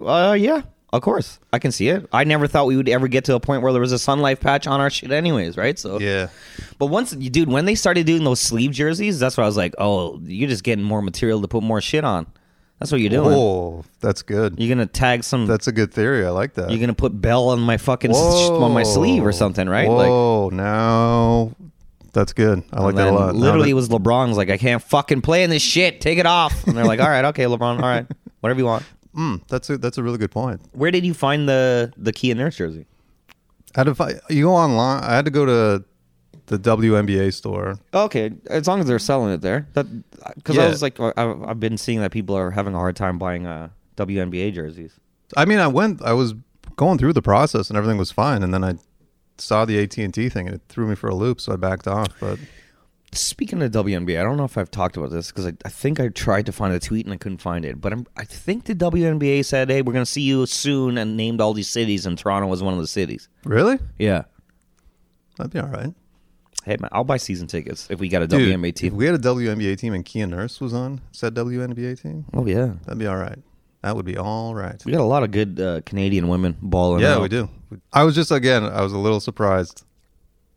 Uh, yeah, of course, I can see it. I never thought we would ever get to a point where there was a Sun Life patch on our shit, anyways, right? So Yeah, But once, you dude, when they started doing those sleeve jerseys, that's where I was like, oh, you're just getting more material to put more shit on. That's what you're doing. Oh, that's good. You're gonna tag some. That's a good theory. I like that. You're gonna put Bell on my fucking on my sleeve or something, right? Whoa, now that's good. I like and that a then lot. Now literally, that- it was LeBron's like, I can't fucking play in this shit. Take it off. And they're like, all right, okay, LeBron, all right, whatever you want. Mm, that's a that's a really good point. Where did you find the the key and nurse jersey? Out of you go online, I had to go to the WNBA store. Okay, as long as they're selling it there, that because I Yeah. was like, I, I've been seeing that people are having a hard time buying uh, WNBA jerseys. I mean, I went, I was going through the process and everything was fine, and then I saw the AT and T thing and it threw me for a loop, so I backed off. But Speaking of WNBA, I don't know if I've talked about this because I, I think I tried to find a tweet and I couldn't find it. But I'm, I think the WNBA said, "Hey, we're going to see you soon," and named all these cities, and Toronto was one of the cities. really, Yeah. that'd be all right. Hey man, I'll buy season tickets if we got a Dude, WNBA If team. we had a WNBA team and Kia Nurse was on said WNBA team, oh yeah, that'd be all right. That would be all right. we got a lot of good uh, Canadian women balling. Yeah, out. we do. I was just again, I was a little surprised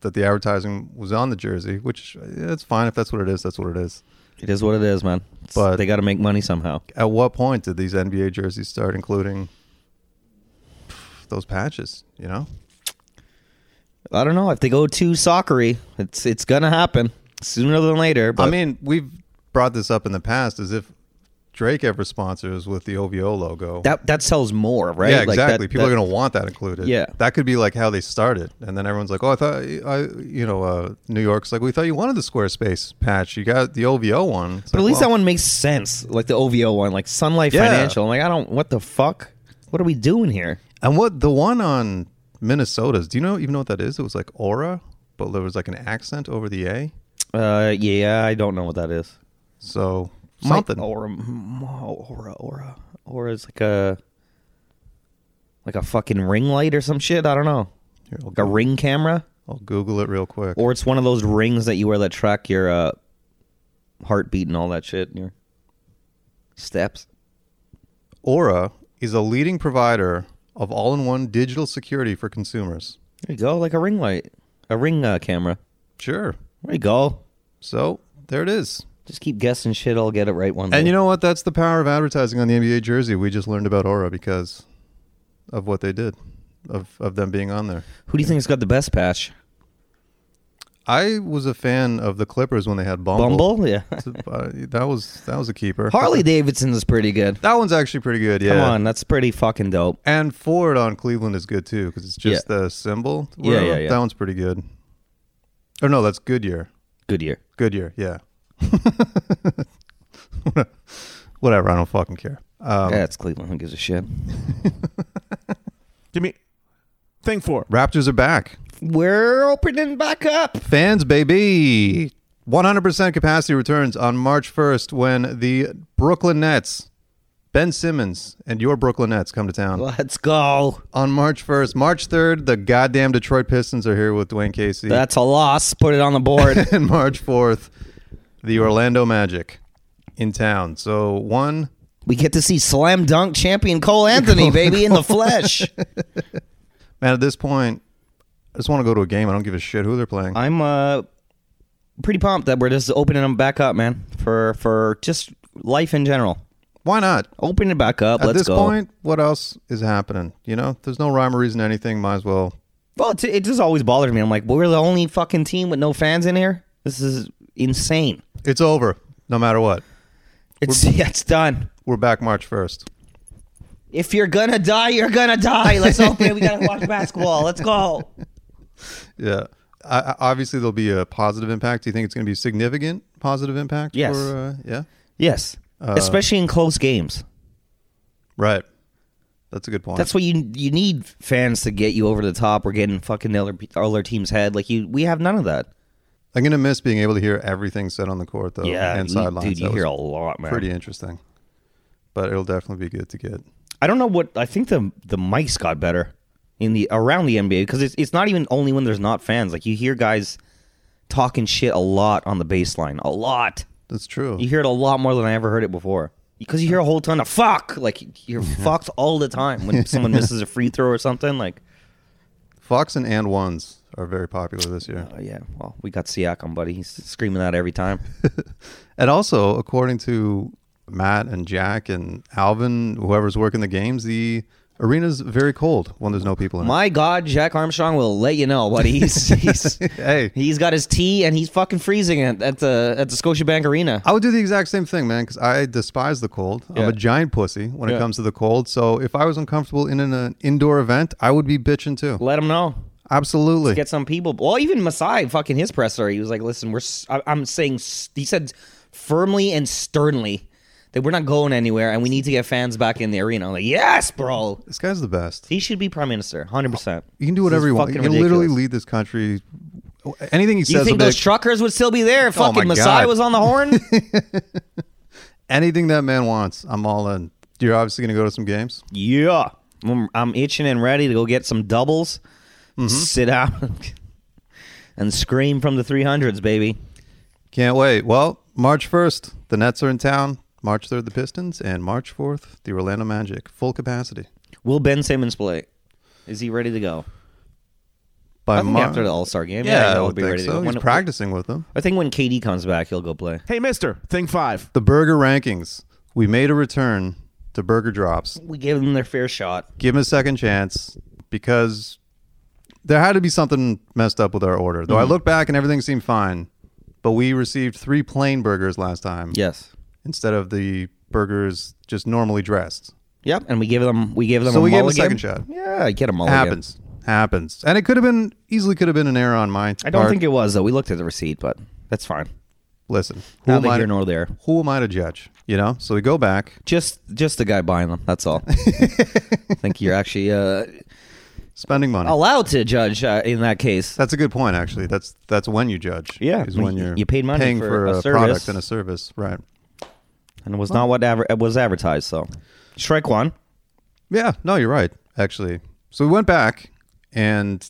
that the advertising was on the jersey, which yeah, it's fine if that's what it is. That's what it is. It is what it is, man. But But- they got to make money somehow. At what point did these NBA jerseys start including those patches? You know, I don't know if they go too soccery, it's it's gonna happen. sooner than later. But I mean, we've brought this up in the past as if Drake ever sponsors with the OVO logo. that that sells more, right? yeah, Like, that- exactly. People that- are going to want that included. Yeah. that could be like how they started, and then everyone's like, "Oh, I thought I, you know, uh, New York's like we thought you wanted the Squarespace patch. You got the OVO one. It's But at like, least well, that one makes sense. Like the OVO one, like Sun Life Yeah. Financial. I'm like, I don't. What the fuck? What are we doing here? And what the one on Minnesota's? Do you know even know what that is? It was like Aura, but there was like an accent over the A. Uh, yeah, I don't know what that is. So something. My, aura, m- aura, aura, aura is like a like a fucking ring light or some shit. I don't know, Here, I'll, like a go- ring camera, I'll Google it real quick. or it's one of those rings that you wear that track your uh, heartbeat and all that shit, and your steps. Aura is a leading provider of all-in-one digital security for consumers. There you go, like a ring light, a ring uh, camera. Sure. There you go. So there it is. Just keep guessing shit. I'll get it right one day. And you know what? That's the power of advertising on the NBA jersey. We just learned about Aura because of what they did, of of them being on there. who do you think's got the best patch? I was a fan of the Clippers when they had Bumble. Bumble, yeah. Uh, that was that was a keeper. Harley Davidson's pretty good. That one's actually pretty good. Yeah. Come on, that's pretty fucking dope. And Ford on Cleveland is good too because it's just the symbol. Yeah, yeah, yeah. That one's pretty good. Or no, that's Goodyear. Goodyear. Goodyear, yeah. Whatever, I don't fucking care. Um, yeah, it's Cleveland. Who gives a shit? Give me thing four. Raptors are back. We're opening back up. Fans, baby. 100% capacity returns on March 1st when the Brooklyn Nets, Ben Simmons, and your Brooklyn Nets come to town. Let's go. On March 1st, March 3rd, the goddamn Detroit Pistons are here with Dwayne Casey. That's a loss. Put it on the board. and March 4th, the Orlando Magic in town. So one, we get to see slam dunk champion Cole Anthony, baby, in the flesh. man, at this point, I just want to go to a game. I don't give a shit who they're playing. I'm uh pretty pumped that we're just opening them back up, man. For for just life in general. Why not? Open it back up. At Let's this go. point, what else is happening? You know, there's no rhyme or reason to anything. Might as well. Well, it's, it just always bothers me. I'm like, we're the only fucking team with no fans in here. This is insane. It's over, no matter what. It's yeah, it's done. We're back March 1st. If you're gonna die, you're gonna die. Let's open it. We gotta watch basketball. Let's go. Yeah. I, I- obviously, there'll be a positive impact. Do you think it's going to be a significant positive impact? Yes. For, uh, yeah. Yes, Uh, especially in close games. Right. That's a good point. That's what you you need fans to get you over the top or get in fucking the other, other team's head. Like you, we have none of that. I'm going to miss being able to hear everything said on the court, though. yeah, and you- sidelines. dude, you Oh, That hear was a lot, man. pretty interesting. But it'll definitely be good to get. I don't know what I think the the mics got better in the around the NBA because it's it's not even only when there's not fans. Like you hear guys talking shit a lot on the baseline, a lot. That's true. You hear it a lot more than I ever heard it before. Because you hear a whole ton of fuck. Like you're fucked all the time when someone misses a free throw or something. Like, Fox and and ones are very popular this year. oh yeah, well, we got Siakam, buddy. He's screaming that every time. And also, according to Matt and Jack and Alvin, whoever's working the games, the arena's very cold when there's no people in My God, Jack Armstrong will let you know, buddy. He's, he's it. Hey, he's got his tea and he's fucking freezing at, at the at the Scotiabank Arena. I would do the exact same thing, man, because I despise the cold. I'm Yeah. a giant pussy when Yeah. it comes to the cold. So if I was uncomfortable in an, an indoor event, I would be bitching too. Let him know. Absolutely. Get some people. Well, even Masai, fucking his presser, he was like, "Listen, we're s- I, am saying s- he said firmly and sternly that we're not going anywhere and we need to get fans back in the arena." I'm like, yes, bro. this guy's the best. He should be prime minister, hundred percent. You can do whatever you want. You can literally lead this country. Anything he says, You will think be those like- truckers would still be there? if Oh, fucking my Masai God. was on the horn. anything that man wants, I'm all in. You're obviously going to go to some games. yeah, I'm, I'm itching and ready to go get some doubles, Mm-hmm. sit down, and scream from the three hundreds, baby. Can't wait. Well, March 1st, the Nets are in town. March 3rd, the Pistons. And March 4th, the Orlando Magic. Full capacity. Will Ben Simmons play? Is he ready to go? By I think Mar- after the All Star game, yeah, I he'll would be think ready so. to go. He's When- practicing with them. I think when KD comes back, he'll go play. Hey, Mister. Thing five. The burger rankings. We made a return to burger drops. We gave them their fair shot. Give them a second chance Mm-hmm. because there had to be something messed up with our order. Though I look back and everything seemed fine. But we received three plain burgers last time Yes. instead of the burgers just normally dressed. Yep. And we gave them. We gave them. So a we gave them a second mulligan. shot. Oh, Yeah, get a mulligan. Happens. Happens. And it could have been, easily could have been an error on my I don't think it was though. We looked at the receipt, but that's fine. Listen, who am, Neither I here to, nor there. who am I to judge? You know? So we go back. Just, just the guy buying them. That's all. I think you're actually uh, Spending money. allowed to judge uh, in that case. That's a good point, actually. That's that's when you judge. Yeah, is when when you- you're you paid money paying for for a a, product service. and a service, right? and it was not what adver- it was advertised. So, strike one. Yeah, no, you're right. Actually, so we went back and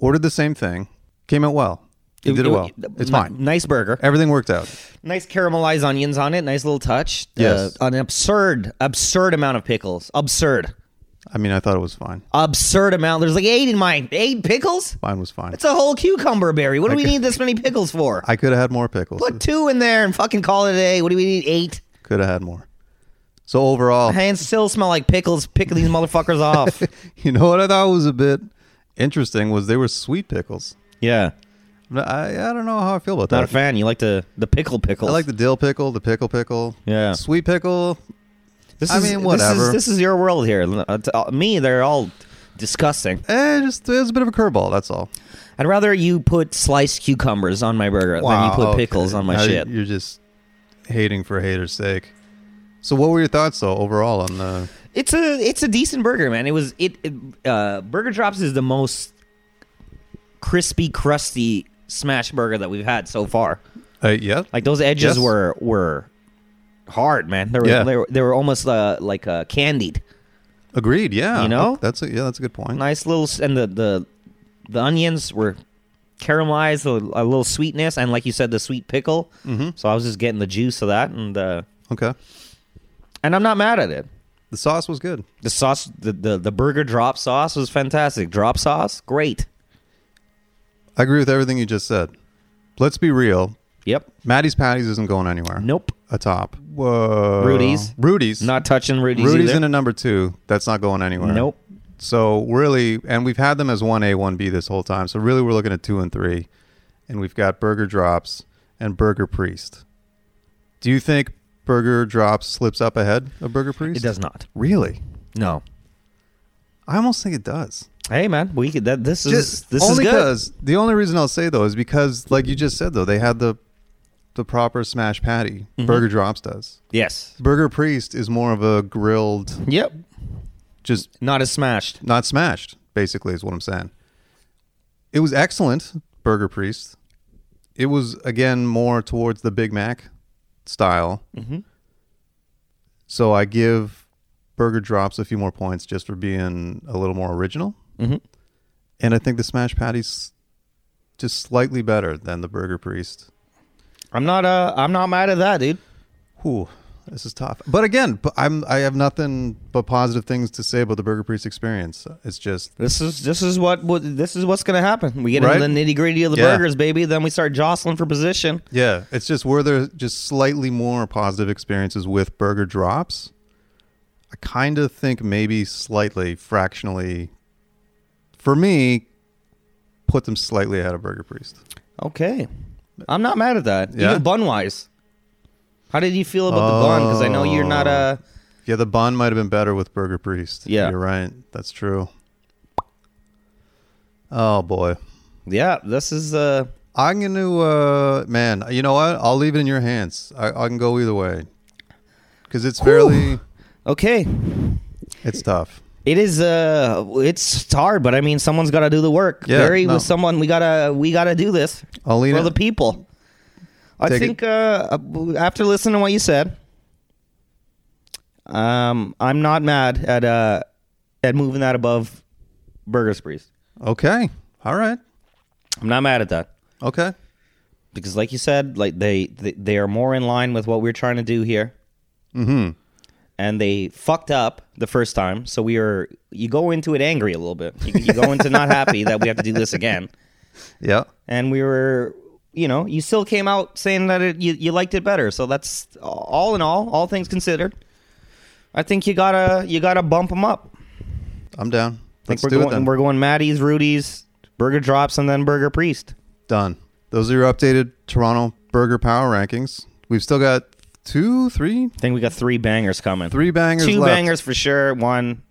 ordered the same thing. Came out well. You did it, well. it's ni- fine. Nice burger, Everything worked out. nice caramelized onions on it, nice little touch. Uh, Yes. an absurd, absurd amount of pickles. Absurd, I mean, I thought it was fine. absurd amount. There's like eight in mine. Eight pickles. Mine was fine. It's a whole cucumber berry. What do we need this many pickles for? I could have had more pickles. Put two in there and fucking call it a day. What do we need eight? Could have had more. So overall, My hands still smell like pickles. Pick these motherfuckers off. you know what I thought was a bit interesting was they were sweet pickles. Yeah, I, I don't know how I feel about that. not a fan. You like the the pickle pickles. I like the dill pickle, the pickle pickle. Yeah. Sweet pickle. This I is, mean, this whatever. is- This is, your world here. Uh, to- uh, me, they're all disgusting. Eh, just it's a bit of a curveball. That's all. I'd rather you put sliced cucumbers on my burger than you put okay. pickles on my Now shit. You're just hating for hater's sake. So, what were your thoughts though overall on the? It's a it's a decent burger, man. It was it, it uh, Burger Drops is the most crispy, crusty smash burger that we've had so far. Uh, yeah, Like those edges Yes. were were hard, man. They were Yeah. they were, they were almost uh, like uh, candied. agreed. Yeah, You know? that's a, yeah, that's a good point. nice little s- and the the the onions were caramelized a, a little sweetness and like you said the sweet pickle mm-hmm. so i was just getting the juice of that and uh Okay, and i'm not mad at it the sauce was good. the sauce the the, the burger drop sauce was fantastic drop sauce great I agree with everything you just said. Let's be real. yep Maddie's Patties isn't going anywhere. nope Atop. Whoa. Rudy's. Rudy's. not touching rudy's, Rudy's either. in a number two. That's not going anywhere. Nope. So really, and we've had them as one A, one B this whole time. So really, we're looking at two and three, and we've got Burger Drops and Burger Priest. Do you think Burger Drops slips up ahead of Burger Priest? it does not Really? no I almost think it does. hey man we could that this is Just this is only good because the only reason I'll say though is because, like you just said though, they had the the proper smash patty. Mm-hmm. Burger Drops does. yes Burger Priest is more of a grilled, yep just not as smashed not smashed basically is what i'm saying it was excellent burger priest it was again more towards the big mac style so i give burger drops a few more points just for being a little more original Mhm. and i think the smash patties just slightly better than the burger priest i'm not uh i'm not mad at that dude Whew, this is tough. But again, but I'm I have nothing but positive things to say about the Burger Priest experience. It's just This is this is what, what this is what's gonna happen. We get Right? into the nitty gritty of the Yeah. burgers, baby. Then we start jostling for position. Yeah, it's just were there just slightly more positive experiences with burger drops? I kind of think maybe slightly, fractionally, for me, put them slightly ahead of Burger Priest. Okay, I'm not mad at that. Yeah? Even bun wise, how did you feel about the bun? Because I know you're Oh. not uh, a Yeah, the bun might have been better with Burger Priest. Yeah. you're right. That's true. Oh boy, yeah. This is uh I'm gonna uh, man. You know what? I'll leave it in your hands. I, I can go either way because it's fairly okay. it's tough. It is uh it's hard, but I mean someone's got to do the work. Yeah, Barry no. was someone we gotta we gotta do this I'll lean for it. the people. I Take it. think uh, after listening to what you said, um, I'm not mad at uh, at moving that above Burger Sprees. okay, all right, I'm not mad at that okay. because, like you said, like they they, they are more in line with what we're trying to do here. Mm-hmm. And they fucked up the first time, so we are you go into it angry a little bit. You, you go into not happy that we have to do this again. Yeah. and we were you know you still came out saying that it, you, you liked it better so that's all in all all things considered i think you gotta you gotta bump them up I'm down. i think Let's we're do going it then. we're going maddie's rudy's burger drops and then burger priest Done. Those are your updated Toronto burger power rankings. We've still got two, three, I think we got three bangers coming. three bangers Two left. bangers for sure. One,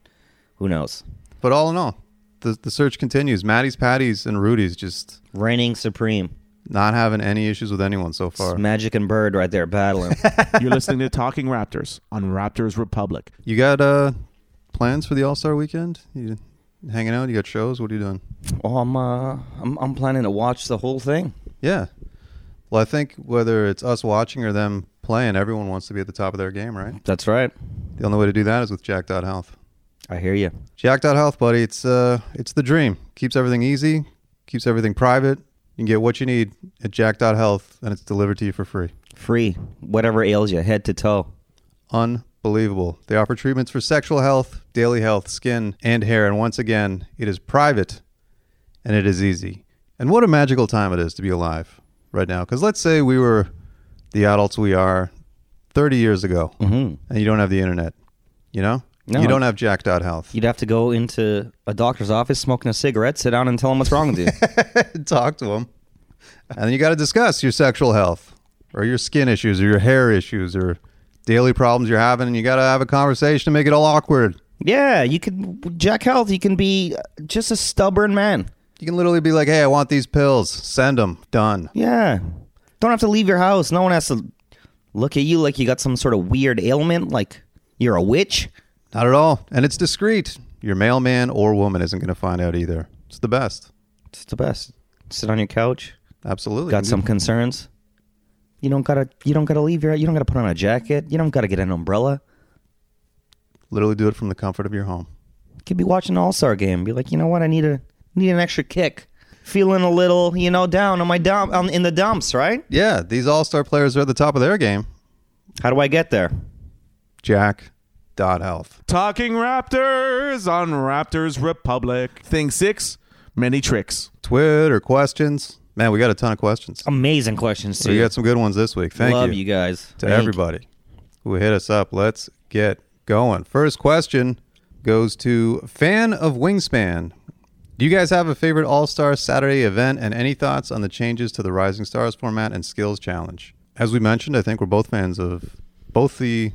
who knows? But all in all, the the search continues. Maddie's, Patties, and Rudy's just Reigning supreme. not having any issues with anyone so far. It's Magic and Bird right there battling. You're listening to Talking Raptors on Raptors Republic. You got uh plans for the All Star weekend? You hanging out? You got shows? What are you doing? oh, I'm, uh, I'm I'm planning to watch the whole thing. Yeah. Well, I think whether it's us watching or them playing, everyone wants to be at the top of their game, right? That's right. The only way to do that is with Jack.health. I hear you. Jack.health, buddy, it's uh it's the dream. Keeps everything easy, keeps everything private. You can get what you need at Jack.health and it's delivered to you for free. Free whatever ails you, head to toe. Unbelievable. They offer treatments for sexual health, daily health, skin, and hair. And once again, it is private and it is easy. And what a magical time it is to be alive right now. Because let's say we were the adults we are 30 years ago and you don't have the internet, you know? Mm-hmm. No. You don't have jack.health. You'd have to go into a doctor's office, smoking a cigarette, sit down, and tell him what's wrong with you. Talk to them. And then you got to discuss your sexual health or your skin issues or your hair issues or daily problems you're having. And you got to have a conversation to make it all awkward. yeah, you can Jack Health. You can be just a stubborn man. You can literally be like, "Hey, I want these pills. Send them. Done." Yeah, don't have to leave your house. No one has to look at you like you got some sort of weird ailment, like you're a witch. Not at all. And it's discreet. Your mailman or woman isn't going to find out either. It's the best. It's the best. Sit on your couch. Absolutely. Got some concerns. You don't gotta. You don't gotta leave your. You don't gotta put on a jacket. You don't gotta get an umbrella. Literally do it from the comfort of your home. could be watching All Star game. Be like, you know what? I need a need an extra kick. Feeling a little, you know, down on my dump on, in the dumps, right? Yeah, these all-star players are at the top of their game. How do I get there? Jack. Dot health. Talking Raptors on Raptors Republic. Thing six, many tricks. Twitter questions. Man, we got a ton of questions. Amazing questions too. We got some good ones this week. Thank Love you. you. guys. to Thank everybody who hit us up. Let's get going. First question goes to fan of Wingspan. Do you guys have a favorite All Star Saturday event and any thoughts on the changes to the Rising Stars format and skills challenge? As we mentioned, I think we're both fans of both the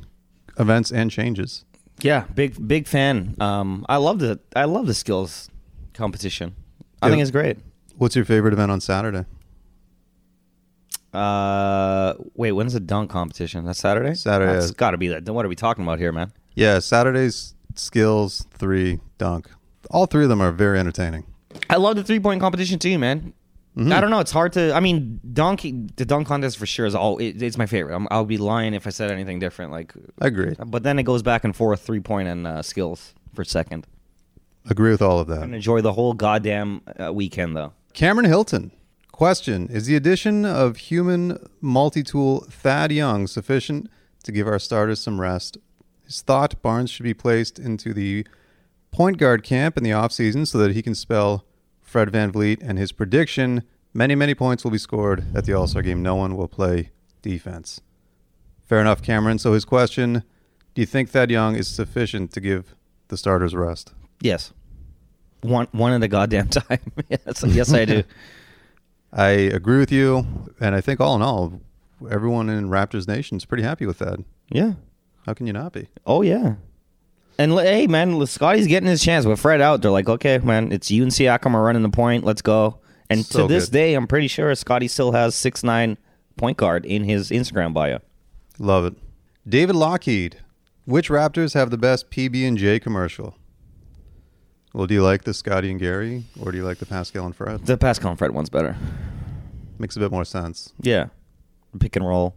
events and changes. you. Yeah, big big fan. Um, I love the I love the skills competition. I Yeah. think it's great. What's your favorite event on Saturday? Uh, wait, when's the dunk competition? That's Saturday. Saturday, That's yeah. got to be that. Then what are we talking about here, man? Yeah, Saturday's skills, three, dunk. All three of them are very entertaining. I love the three point competition too, man. Mm-hmm. I don't know. It's hard to. I mean, dunk the dunk contest for sure is all. It, it's my favorite. I'm, I'll be lying if I said anything different. Like, Agreed. but then it goes back and forth, three point and uh, skills for second. Agree with all of And that. enjoy the whole goddamn uh, weekend though. Cameron Hilton. Question Is the addition of human multi tool Thad Young sufficient to give our starters some rest? His thought Barnes should be placed into the point guard camp in the offseason so that he can spell Fred Van Vliet. And his prediction many, many points will be scored at the All Star game. No one will play defense. Fair enough, Cameron. So his question Do you think Thad Young is sufficient to give the starters rest? Yes, one one at a goddamn time. yes, yes, I do. I agree with you, and I think all in all, everyone in Raptors Nation is pretty happy with that. yeah. How can you not be? Oh yeah. And li- hey, man, Scotty's getting his chance. With Fred out, they're like, okay, man, it's you and Siakam are running the point. Let's go. And So to this good. day, I'm pretty sure Scotty still has six nine point guard in his Instagram bio. Love it. David Lockheed, which Raptors have the best PB and J commercial? Well, do you like the Scotty and Gary, or do you like the Pascal and Fred? The Pascal and Fred one's better. Makes a bit more sense. Yeah, pick and roll.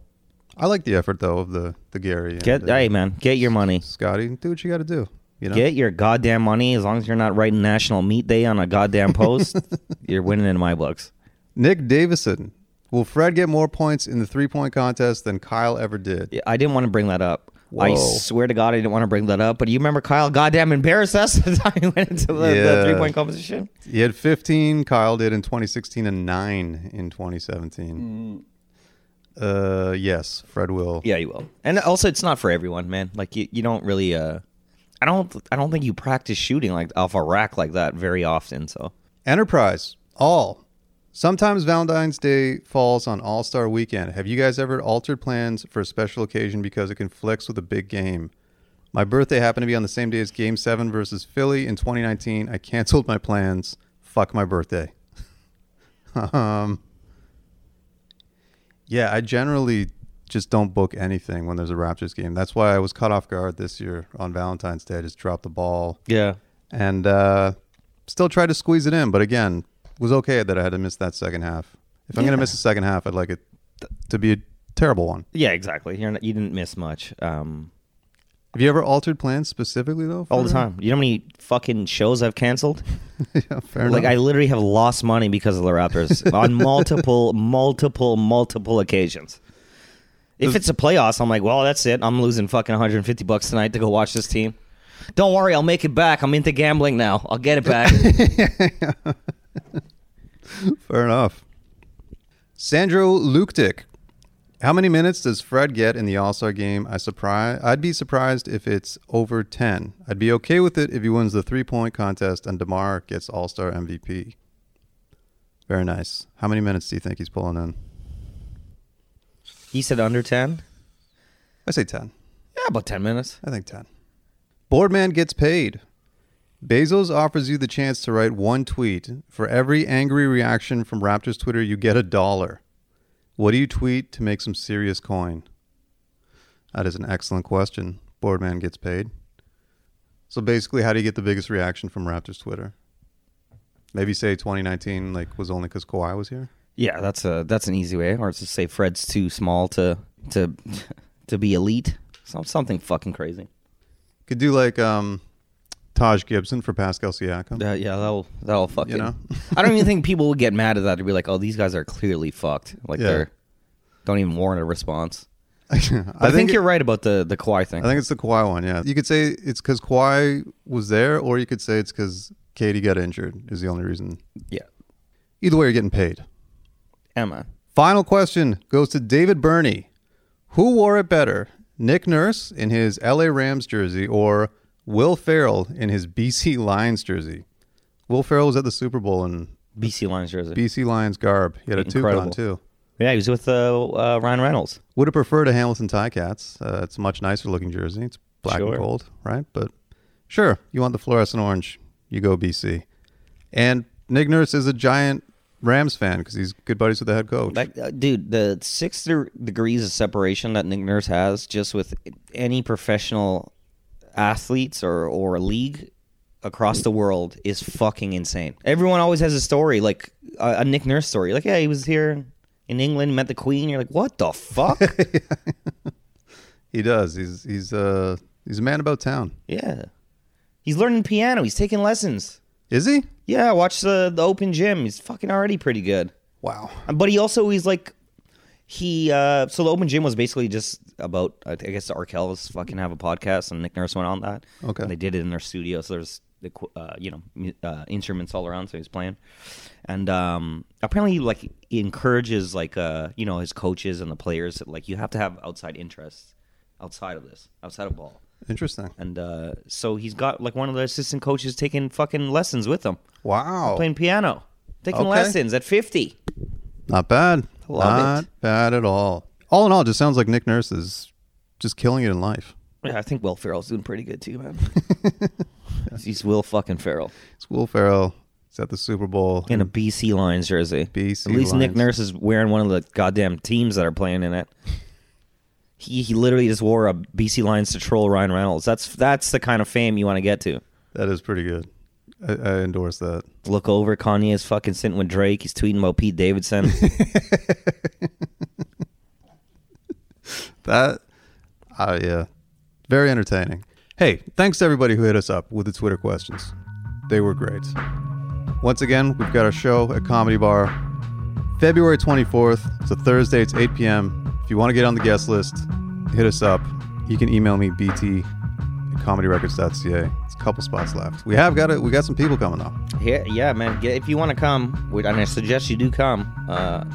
I like the effort though of the the Gary. and, Get uh, hey man, get your money. Scotty, do what you got to do. You know, Get your goddamn money. As long as you're not writing National Meat Day on a goddamn post, you're winning in my books. Nick Davison. Will Fred get more points in the three point contest than Kyle ever did? Yeah, I didn't want to bring that up. I Whoa. swear to God, I didn't want to bring that up. But you remember Kyle goddamn embarrassed us the time he went into the, Yeah. three point competition? He had 15. Kyle did in 2016 and nine in 2017. Uh, yes, Fred will. Yeah, you will. And also, it's not for everyone, man. Like you, you don't really. Uh, I don't. I don't think you practice shooting like off a rack like that very often. So Enterprise all Sometimes Valentine's Day falls on All Star Weekend. Have you guys ever altered plans for a special occasion because it conflicts with a big game? My birthday happened to be on the same day as Game 7 versus Philly in 2019. I canceled my plans. Fuck my birthday. um, yeah, I generally just don't book anything when there's a Raptors game. That's why I was caught off guard this year on Valentine's Day. I just dropped the ball Yeah. and uh, still tried to squeeze it in. But again, was okay that I had to miss that second half. If I'm going to miss the second half, I'd like it to be a terrible one. Yeah, exactly. You're not, you didn't miss much. Um, Have you ever altered plans specifically though? all the for- time. You know how many fucking shows I've canceled? yeah, fair like I enough. literally have lost money because of the Raptors on multiple, multiple, multiple occasions. If it's a playoffs, I'm like, well, that's it. I'm losing fucking 150 bucks tonight to go watch this team. Don't worry, I'll make it back. I'm into gambling now. I'll get it back. fair enough. Sandro Luktic. How many minutes does Fred get in the All Star game? I surprise. I'd be surprised if it's over ten. I'd be okay with it if he wins the three point contest and Demar gets All Star MVP. Very nice. How many minutes do you think he's pulling in? he said under 10. I say ten. Yeah, about 10 minutes. I think 10. Boardman gets paid. Bezos offers you the chance to write one tweet. For every angry reaction from Raptors Twitter, you get a dollar. What do you tweet to make some serious coin? That is an excellent question. Boardman gets paid. So basically, how do you get the biggest reaction from Raptors Twitter? Maybe say 2019 like was only because Kawhi was here. Yeah, that's a that's an easy way. Or to say Fred's too small to to to be elite. Some, something fucking crazy. Could do like um, Taj Gibson for Pascal Siakam. Uh, yeah, that'll that'll fucking. know? I don't even think people would get mad at that to be like, oh, these guys are clearly fucked. Like Yeah. they're don't even warrant a response. I, But I, think, it- you're right about the the Kawhi thing. I think it's the Kawhi one. Yeah, you could say it's because Kawhi was there, or you could say it's because Katie got injured. Is the only reason. yeah, Either way, you're getting paid. Emma. Final question goes to David Burney. Who wore it better, Nick Nurse in his LA Rams jersey or Will Farrell in his BC Lions jersey? Will Farrell was at the Super Bowl in BC Lions jersey. BC Lions garb. He had a toque on Incredible. too. yeah, he was with uh, uh, Ryan Reynolds. Would have preferred a Hamilton tie cats. Uh, it's a much nicer looking jersey. It's black Sure. and gold, right? But sure, you want the fluorescent orange, you go BC. And Nick Nurse is a giant Rams fan because he's good buddies with the head coach. That, uh, dude, the six de- degrees of separation that Nick Nurse has just with any professional athletes or, or league across the world is fucking insane. Everyone always has a story, like a, a Nick Nurse story. Like, yeah, he was here in England, met the Queen. You're like, what the fuck? he does. He's he's uh he's a man about town. yeah. He's learning piano, he's taking lessons. Is he? Yeah, watch the, the open gym. He's fucking already pretty good. Wow. But he also he's like he uh so the open gym was basically just about I th- I guess the Arkells fucking have a podcast and Nick Nurse went on that. Okay. And they did it in their studio, so there's the qu- uh, you know mu- uh, instruments all around. So he's playing, and um apparently like he encourages like uh you know his coaches and the players that, like you have to have outside interests outside of this outside of ball. Interesting. And uh, so he's got like one of the assistant coaches taking fucking lessons with him, Wow. playing piano, taking Oh. Okay. lessons at fifty. Not bad. Love Not it. bad at all. All in all, it just sounds like Nick Nurse is just killing it in life. Yeah, I think Will Ferrell's doing pretty good too, man. He's Will fucking Ferrell It's Will Farrell. He's at the Super Bowl. in a BC Lions jersey. BC At least Nick Lions. Nurse is wearing one of the goddamn teams that are playing in it. He he literally just wore a BC Lions to troll Ryan Reynolds. That's that's the kind of fame you want to get to. That is pretty good. I, I endorse that. Look over, Kanye is fucking sitting with Drake. He's tweeting about Pete Davidson. That, uh, yeah, very entertaining. Hey, thanks to everybody who hit us up with the Twitter questions. They were great. Once again, we've got our show at Comedy Bar, February 24th. It's a Thursday. It's 8 p.m. If you want to get on the guest list, hit us up. You can email me bt at comedyrecords.ca. It's a couple spots left. We have got it. We got some people coming up. Here, yeah, man. Get, if you want to come, which- and I suggest you do come, uh,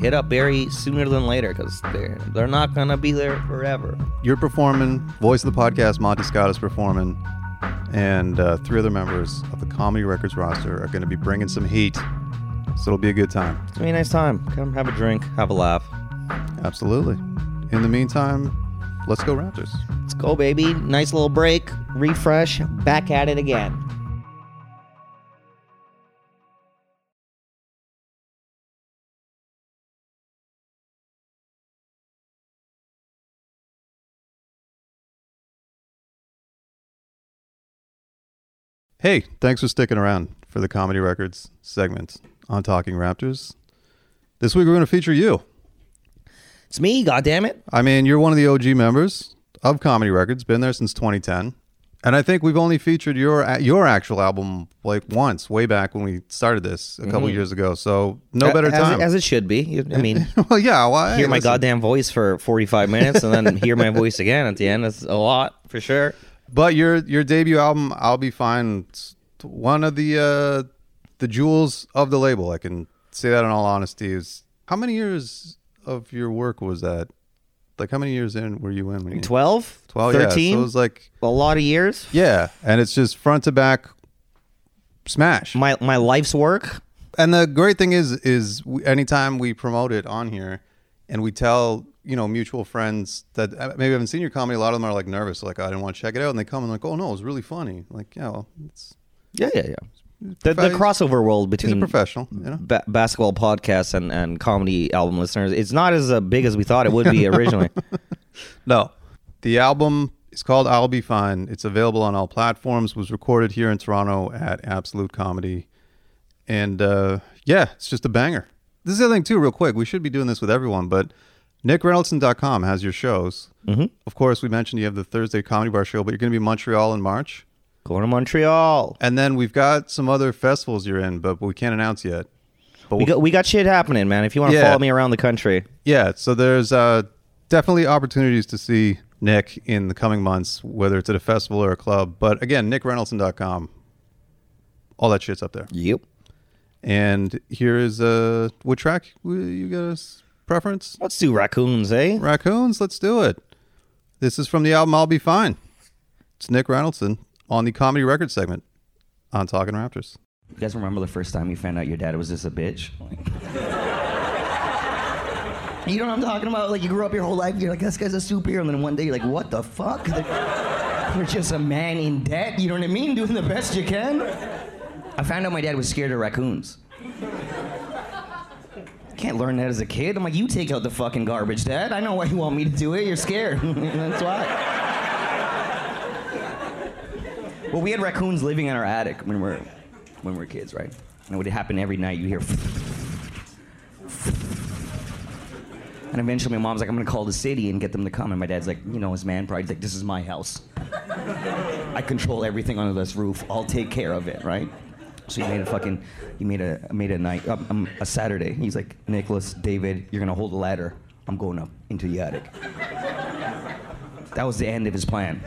hit up Barry sooner than later because they're they're not gonna be there forever. You're performing. Voice of the podcast, Monty Scott is performing, and uh, three other members of the Comedy Records roster are going to be bringing some heat So it'll be a good time. It's gonna be a nice time. Come have a drink, have a laugh. Absolutely. In the meantime, let's go Raptors. Let's go, baby. Nice little break, refresh, back at it again. Hey, thanks for sticking around for the Comedy Records segment on Talking Raptors. This week we're going to feature you. It's me, goddammit. I mean, you're one of the OG members of Comedy Records, been there since 2010. And I think we've only featured your your actual album like once, way back when we started this a couple years ago. So no better Mm-hmm. Uh, as, time. As it should be. You- I mean, well, yeah. Well, hey, hear my listen. goddamn voice for 45 minutes and then hear my voice again at the end. That's a lot, for sure. But your your debut album, I'll be fine. It's one of the uh, the jewels of the label. I can say that in all honesty. Is how many years of your work was that? Like how many years in were you in? When you, 12? 12, Yeah. 13? So it was like a lot of years. yeah, and it's just front to back smash. My, my life's work. and the great thing is is we, anytime we promote it on here and we tell you know mutual friends that uh, maybe haven't seen your comedy a lot of them are like nervous like "Oh, i didn't want to check it out and they come and like oh no it was really funny like yeah well, it's Yeah, yeah, yeah. The, the Profe- crossover world he's a between professional you know ba- basketball podcasts and, and comedy album listeners, it's not as uh, big as we thought it would be originally. no the album is called i'll be fine it's available on all platforms was recorded here in toronto at absolute comedy and uh yeah it's just a banger this is the other thing too real quick we should be doing this with everyone but nickreynoldsson.com has your shows mm-hmm. of course we mentioned you have the thursday comedy bar show but you're going to be in montreal in march Going to Montreal. and then we've got some other festivals you're in but we can't announce yet but We got, we got shit happening, man. If you want to Yeah. follow me around the country, Yeah, so there's uh, definitely opportunities to see Nick in the coming months, whether it's at a festival or a club. But again, nickreynoldsson.com. All that shit's up there. yep. And here is uh, what track w- you guys preference? Let's do raccoons, eh? Raccoons, let's do it. This is from the album I'll Be Fine. It's Nick Reynoldson on the comedy record segment on Talking Raptors. You guys remember the first time you found out your dad was just a bitch? you know what I'm talking about? Like you grew up your whole life, you're like, this guy's a superhero, and then one day you're like, what the fuck? You're just a man in debt. You know what I mean? Doing the best you can. I found out my dad was scared of raccoons. Can't learn that as a kid. I'm like, you take out the fucking garbage, Dad. I know why you want me to do it. You're scared. That's why. well, we had raccoons living in our attic when we were when we were kids, right? And it would happen every night. You hear. And eventually, my mom's like, "I'm gonna call the city and get them to come." And my dad's like, "You know, his man pride. He's like, this is my house. I control everything under this roof. I'll take care of it, right?" So he made a fucking, he made a made a night, um, um, a Saturday. He's like, "Nicholas, David, you're gonna hold the ladder. I'm going up into the attic." That was the end of his plan.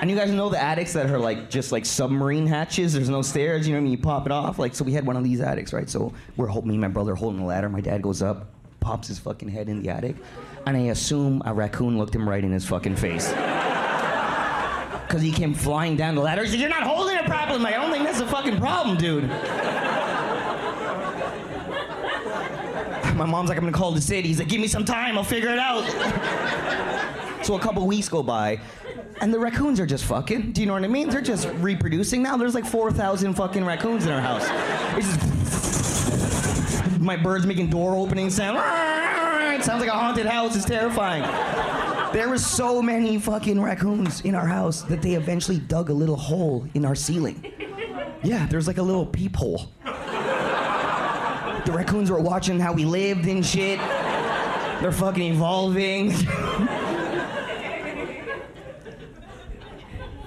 And you guys know the attics that are like just like submarine hatches. There's no stairs. You know what I mean? You pop it off. Like so, we had one of these attics, right? So we're holding me and my brother are holding the ladder. My dad goes up, pops his fucking head in the attic, and I assume a raccoon looked him right in his fucking face. Cause he came flying down the ladder. He said, "You're not holding it properly." I'm like, I don't think that's a fucking problem, dude. My mom's like, "I'm gonna call the city." He's like, "Give me some time. I'll figure it out." So a couple weeks go by, and the raccoons are just fucking. Do you know what I mean? They're just reproducing now. There's like 4,000 fucking raccoons in our house. It's just my bird's making door opening sound. It sounds like a haunted house. It's terrifying. There were so many fucking raccoons in our house that they eventually dug a little hole in our ceiling. Yeah, there's like a little peephole. The raccoons were watching how we lived and shit. They're fucking evolving.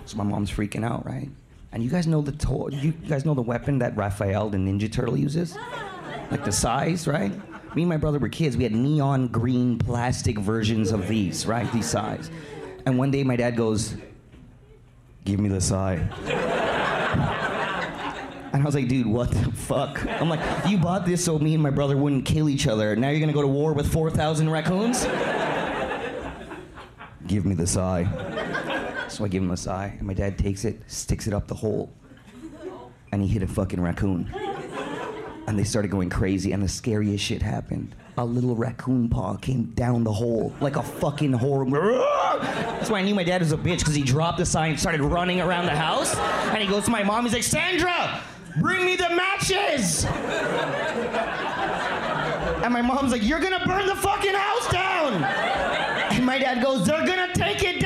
So my mom's freaking out, right? And you guys know the toy, you guys know the weapon that Raphael the Ninja Turtle uses? Like the size, right? Me and my brother were kids. We had neon green plastic versions of these, right? These size. And one day my dad goes, Give me the size. And I was like, dude, what the fuck? I'm like, you bought this so me and my brother wouldn't kill each other. Now you're gonna go to war with 4,000 raccoons? Give me the sigh. So I give him a sigh, and my dad takes it, sticks it up the hole. and he hit a fucking raccoon. And they started going crazy, and the scariest shit happened. A little raccoon paw came down the hole like a fucking horror. That's why I knew my dad was a bitch, because he dropped the sign and started running around the house. And he goes to my mom, he's like, Sandra, bring me the matches! And my mom's like, You're gonna burn the fucking house down! And my dad goes, They're gonna take it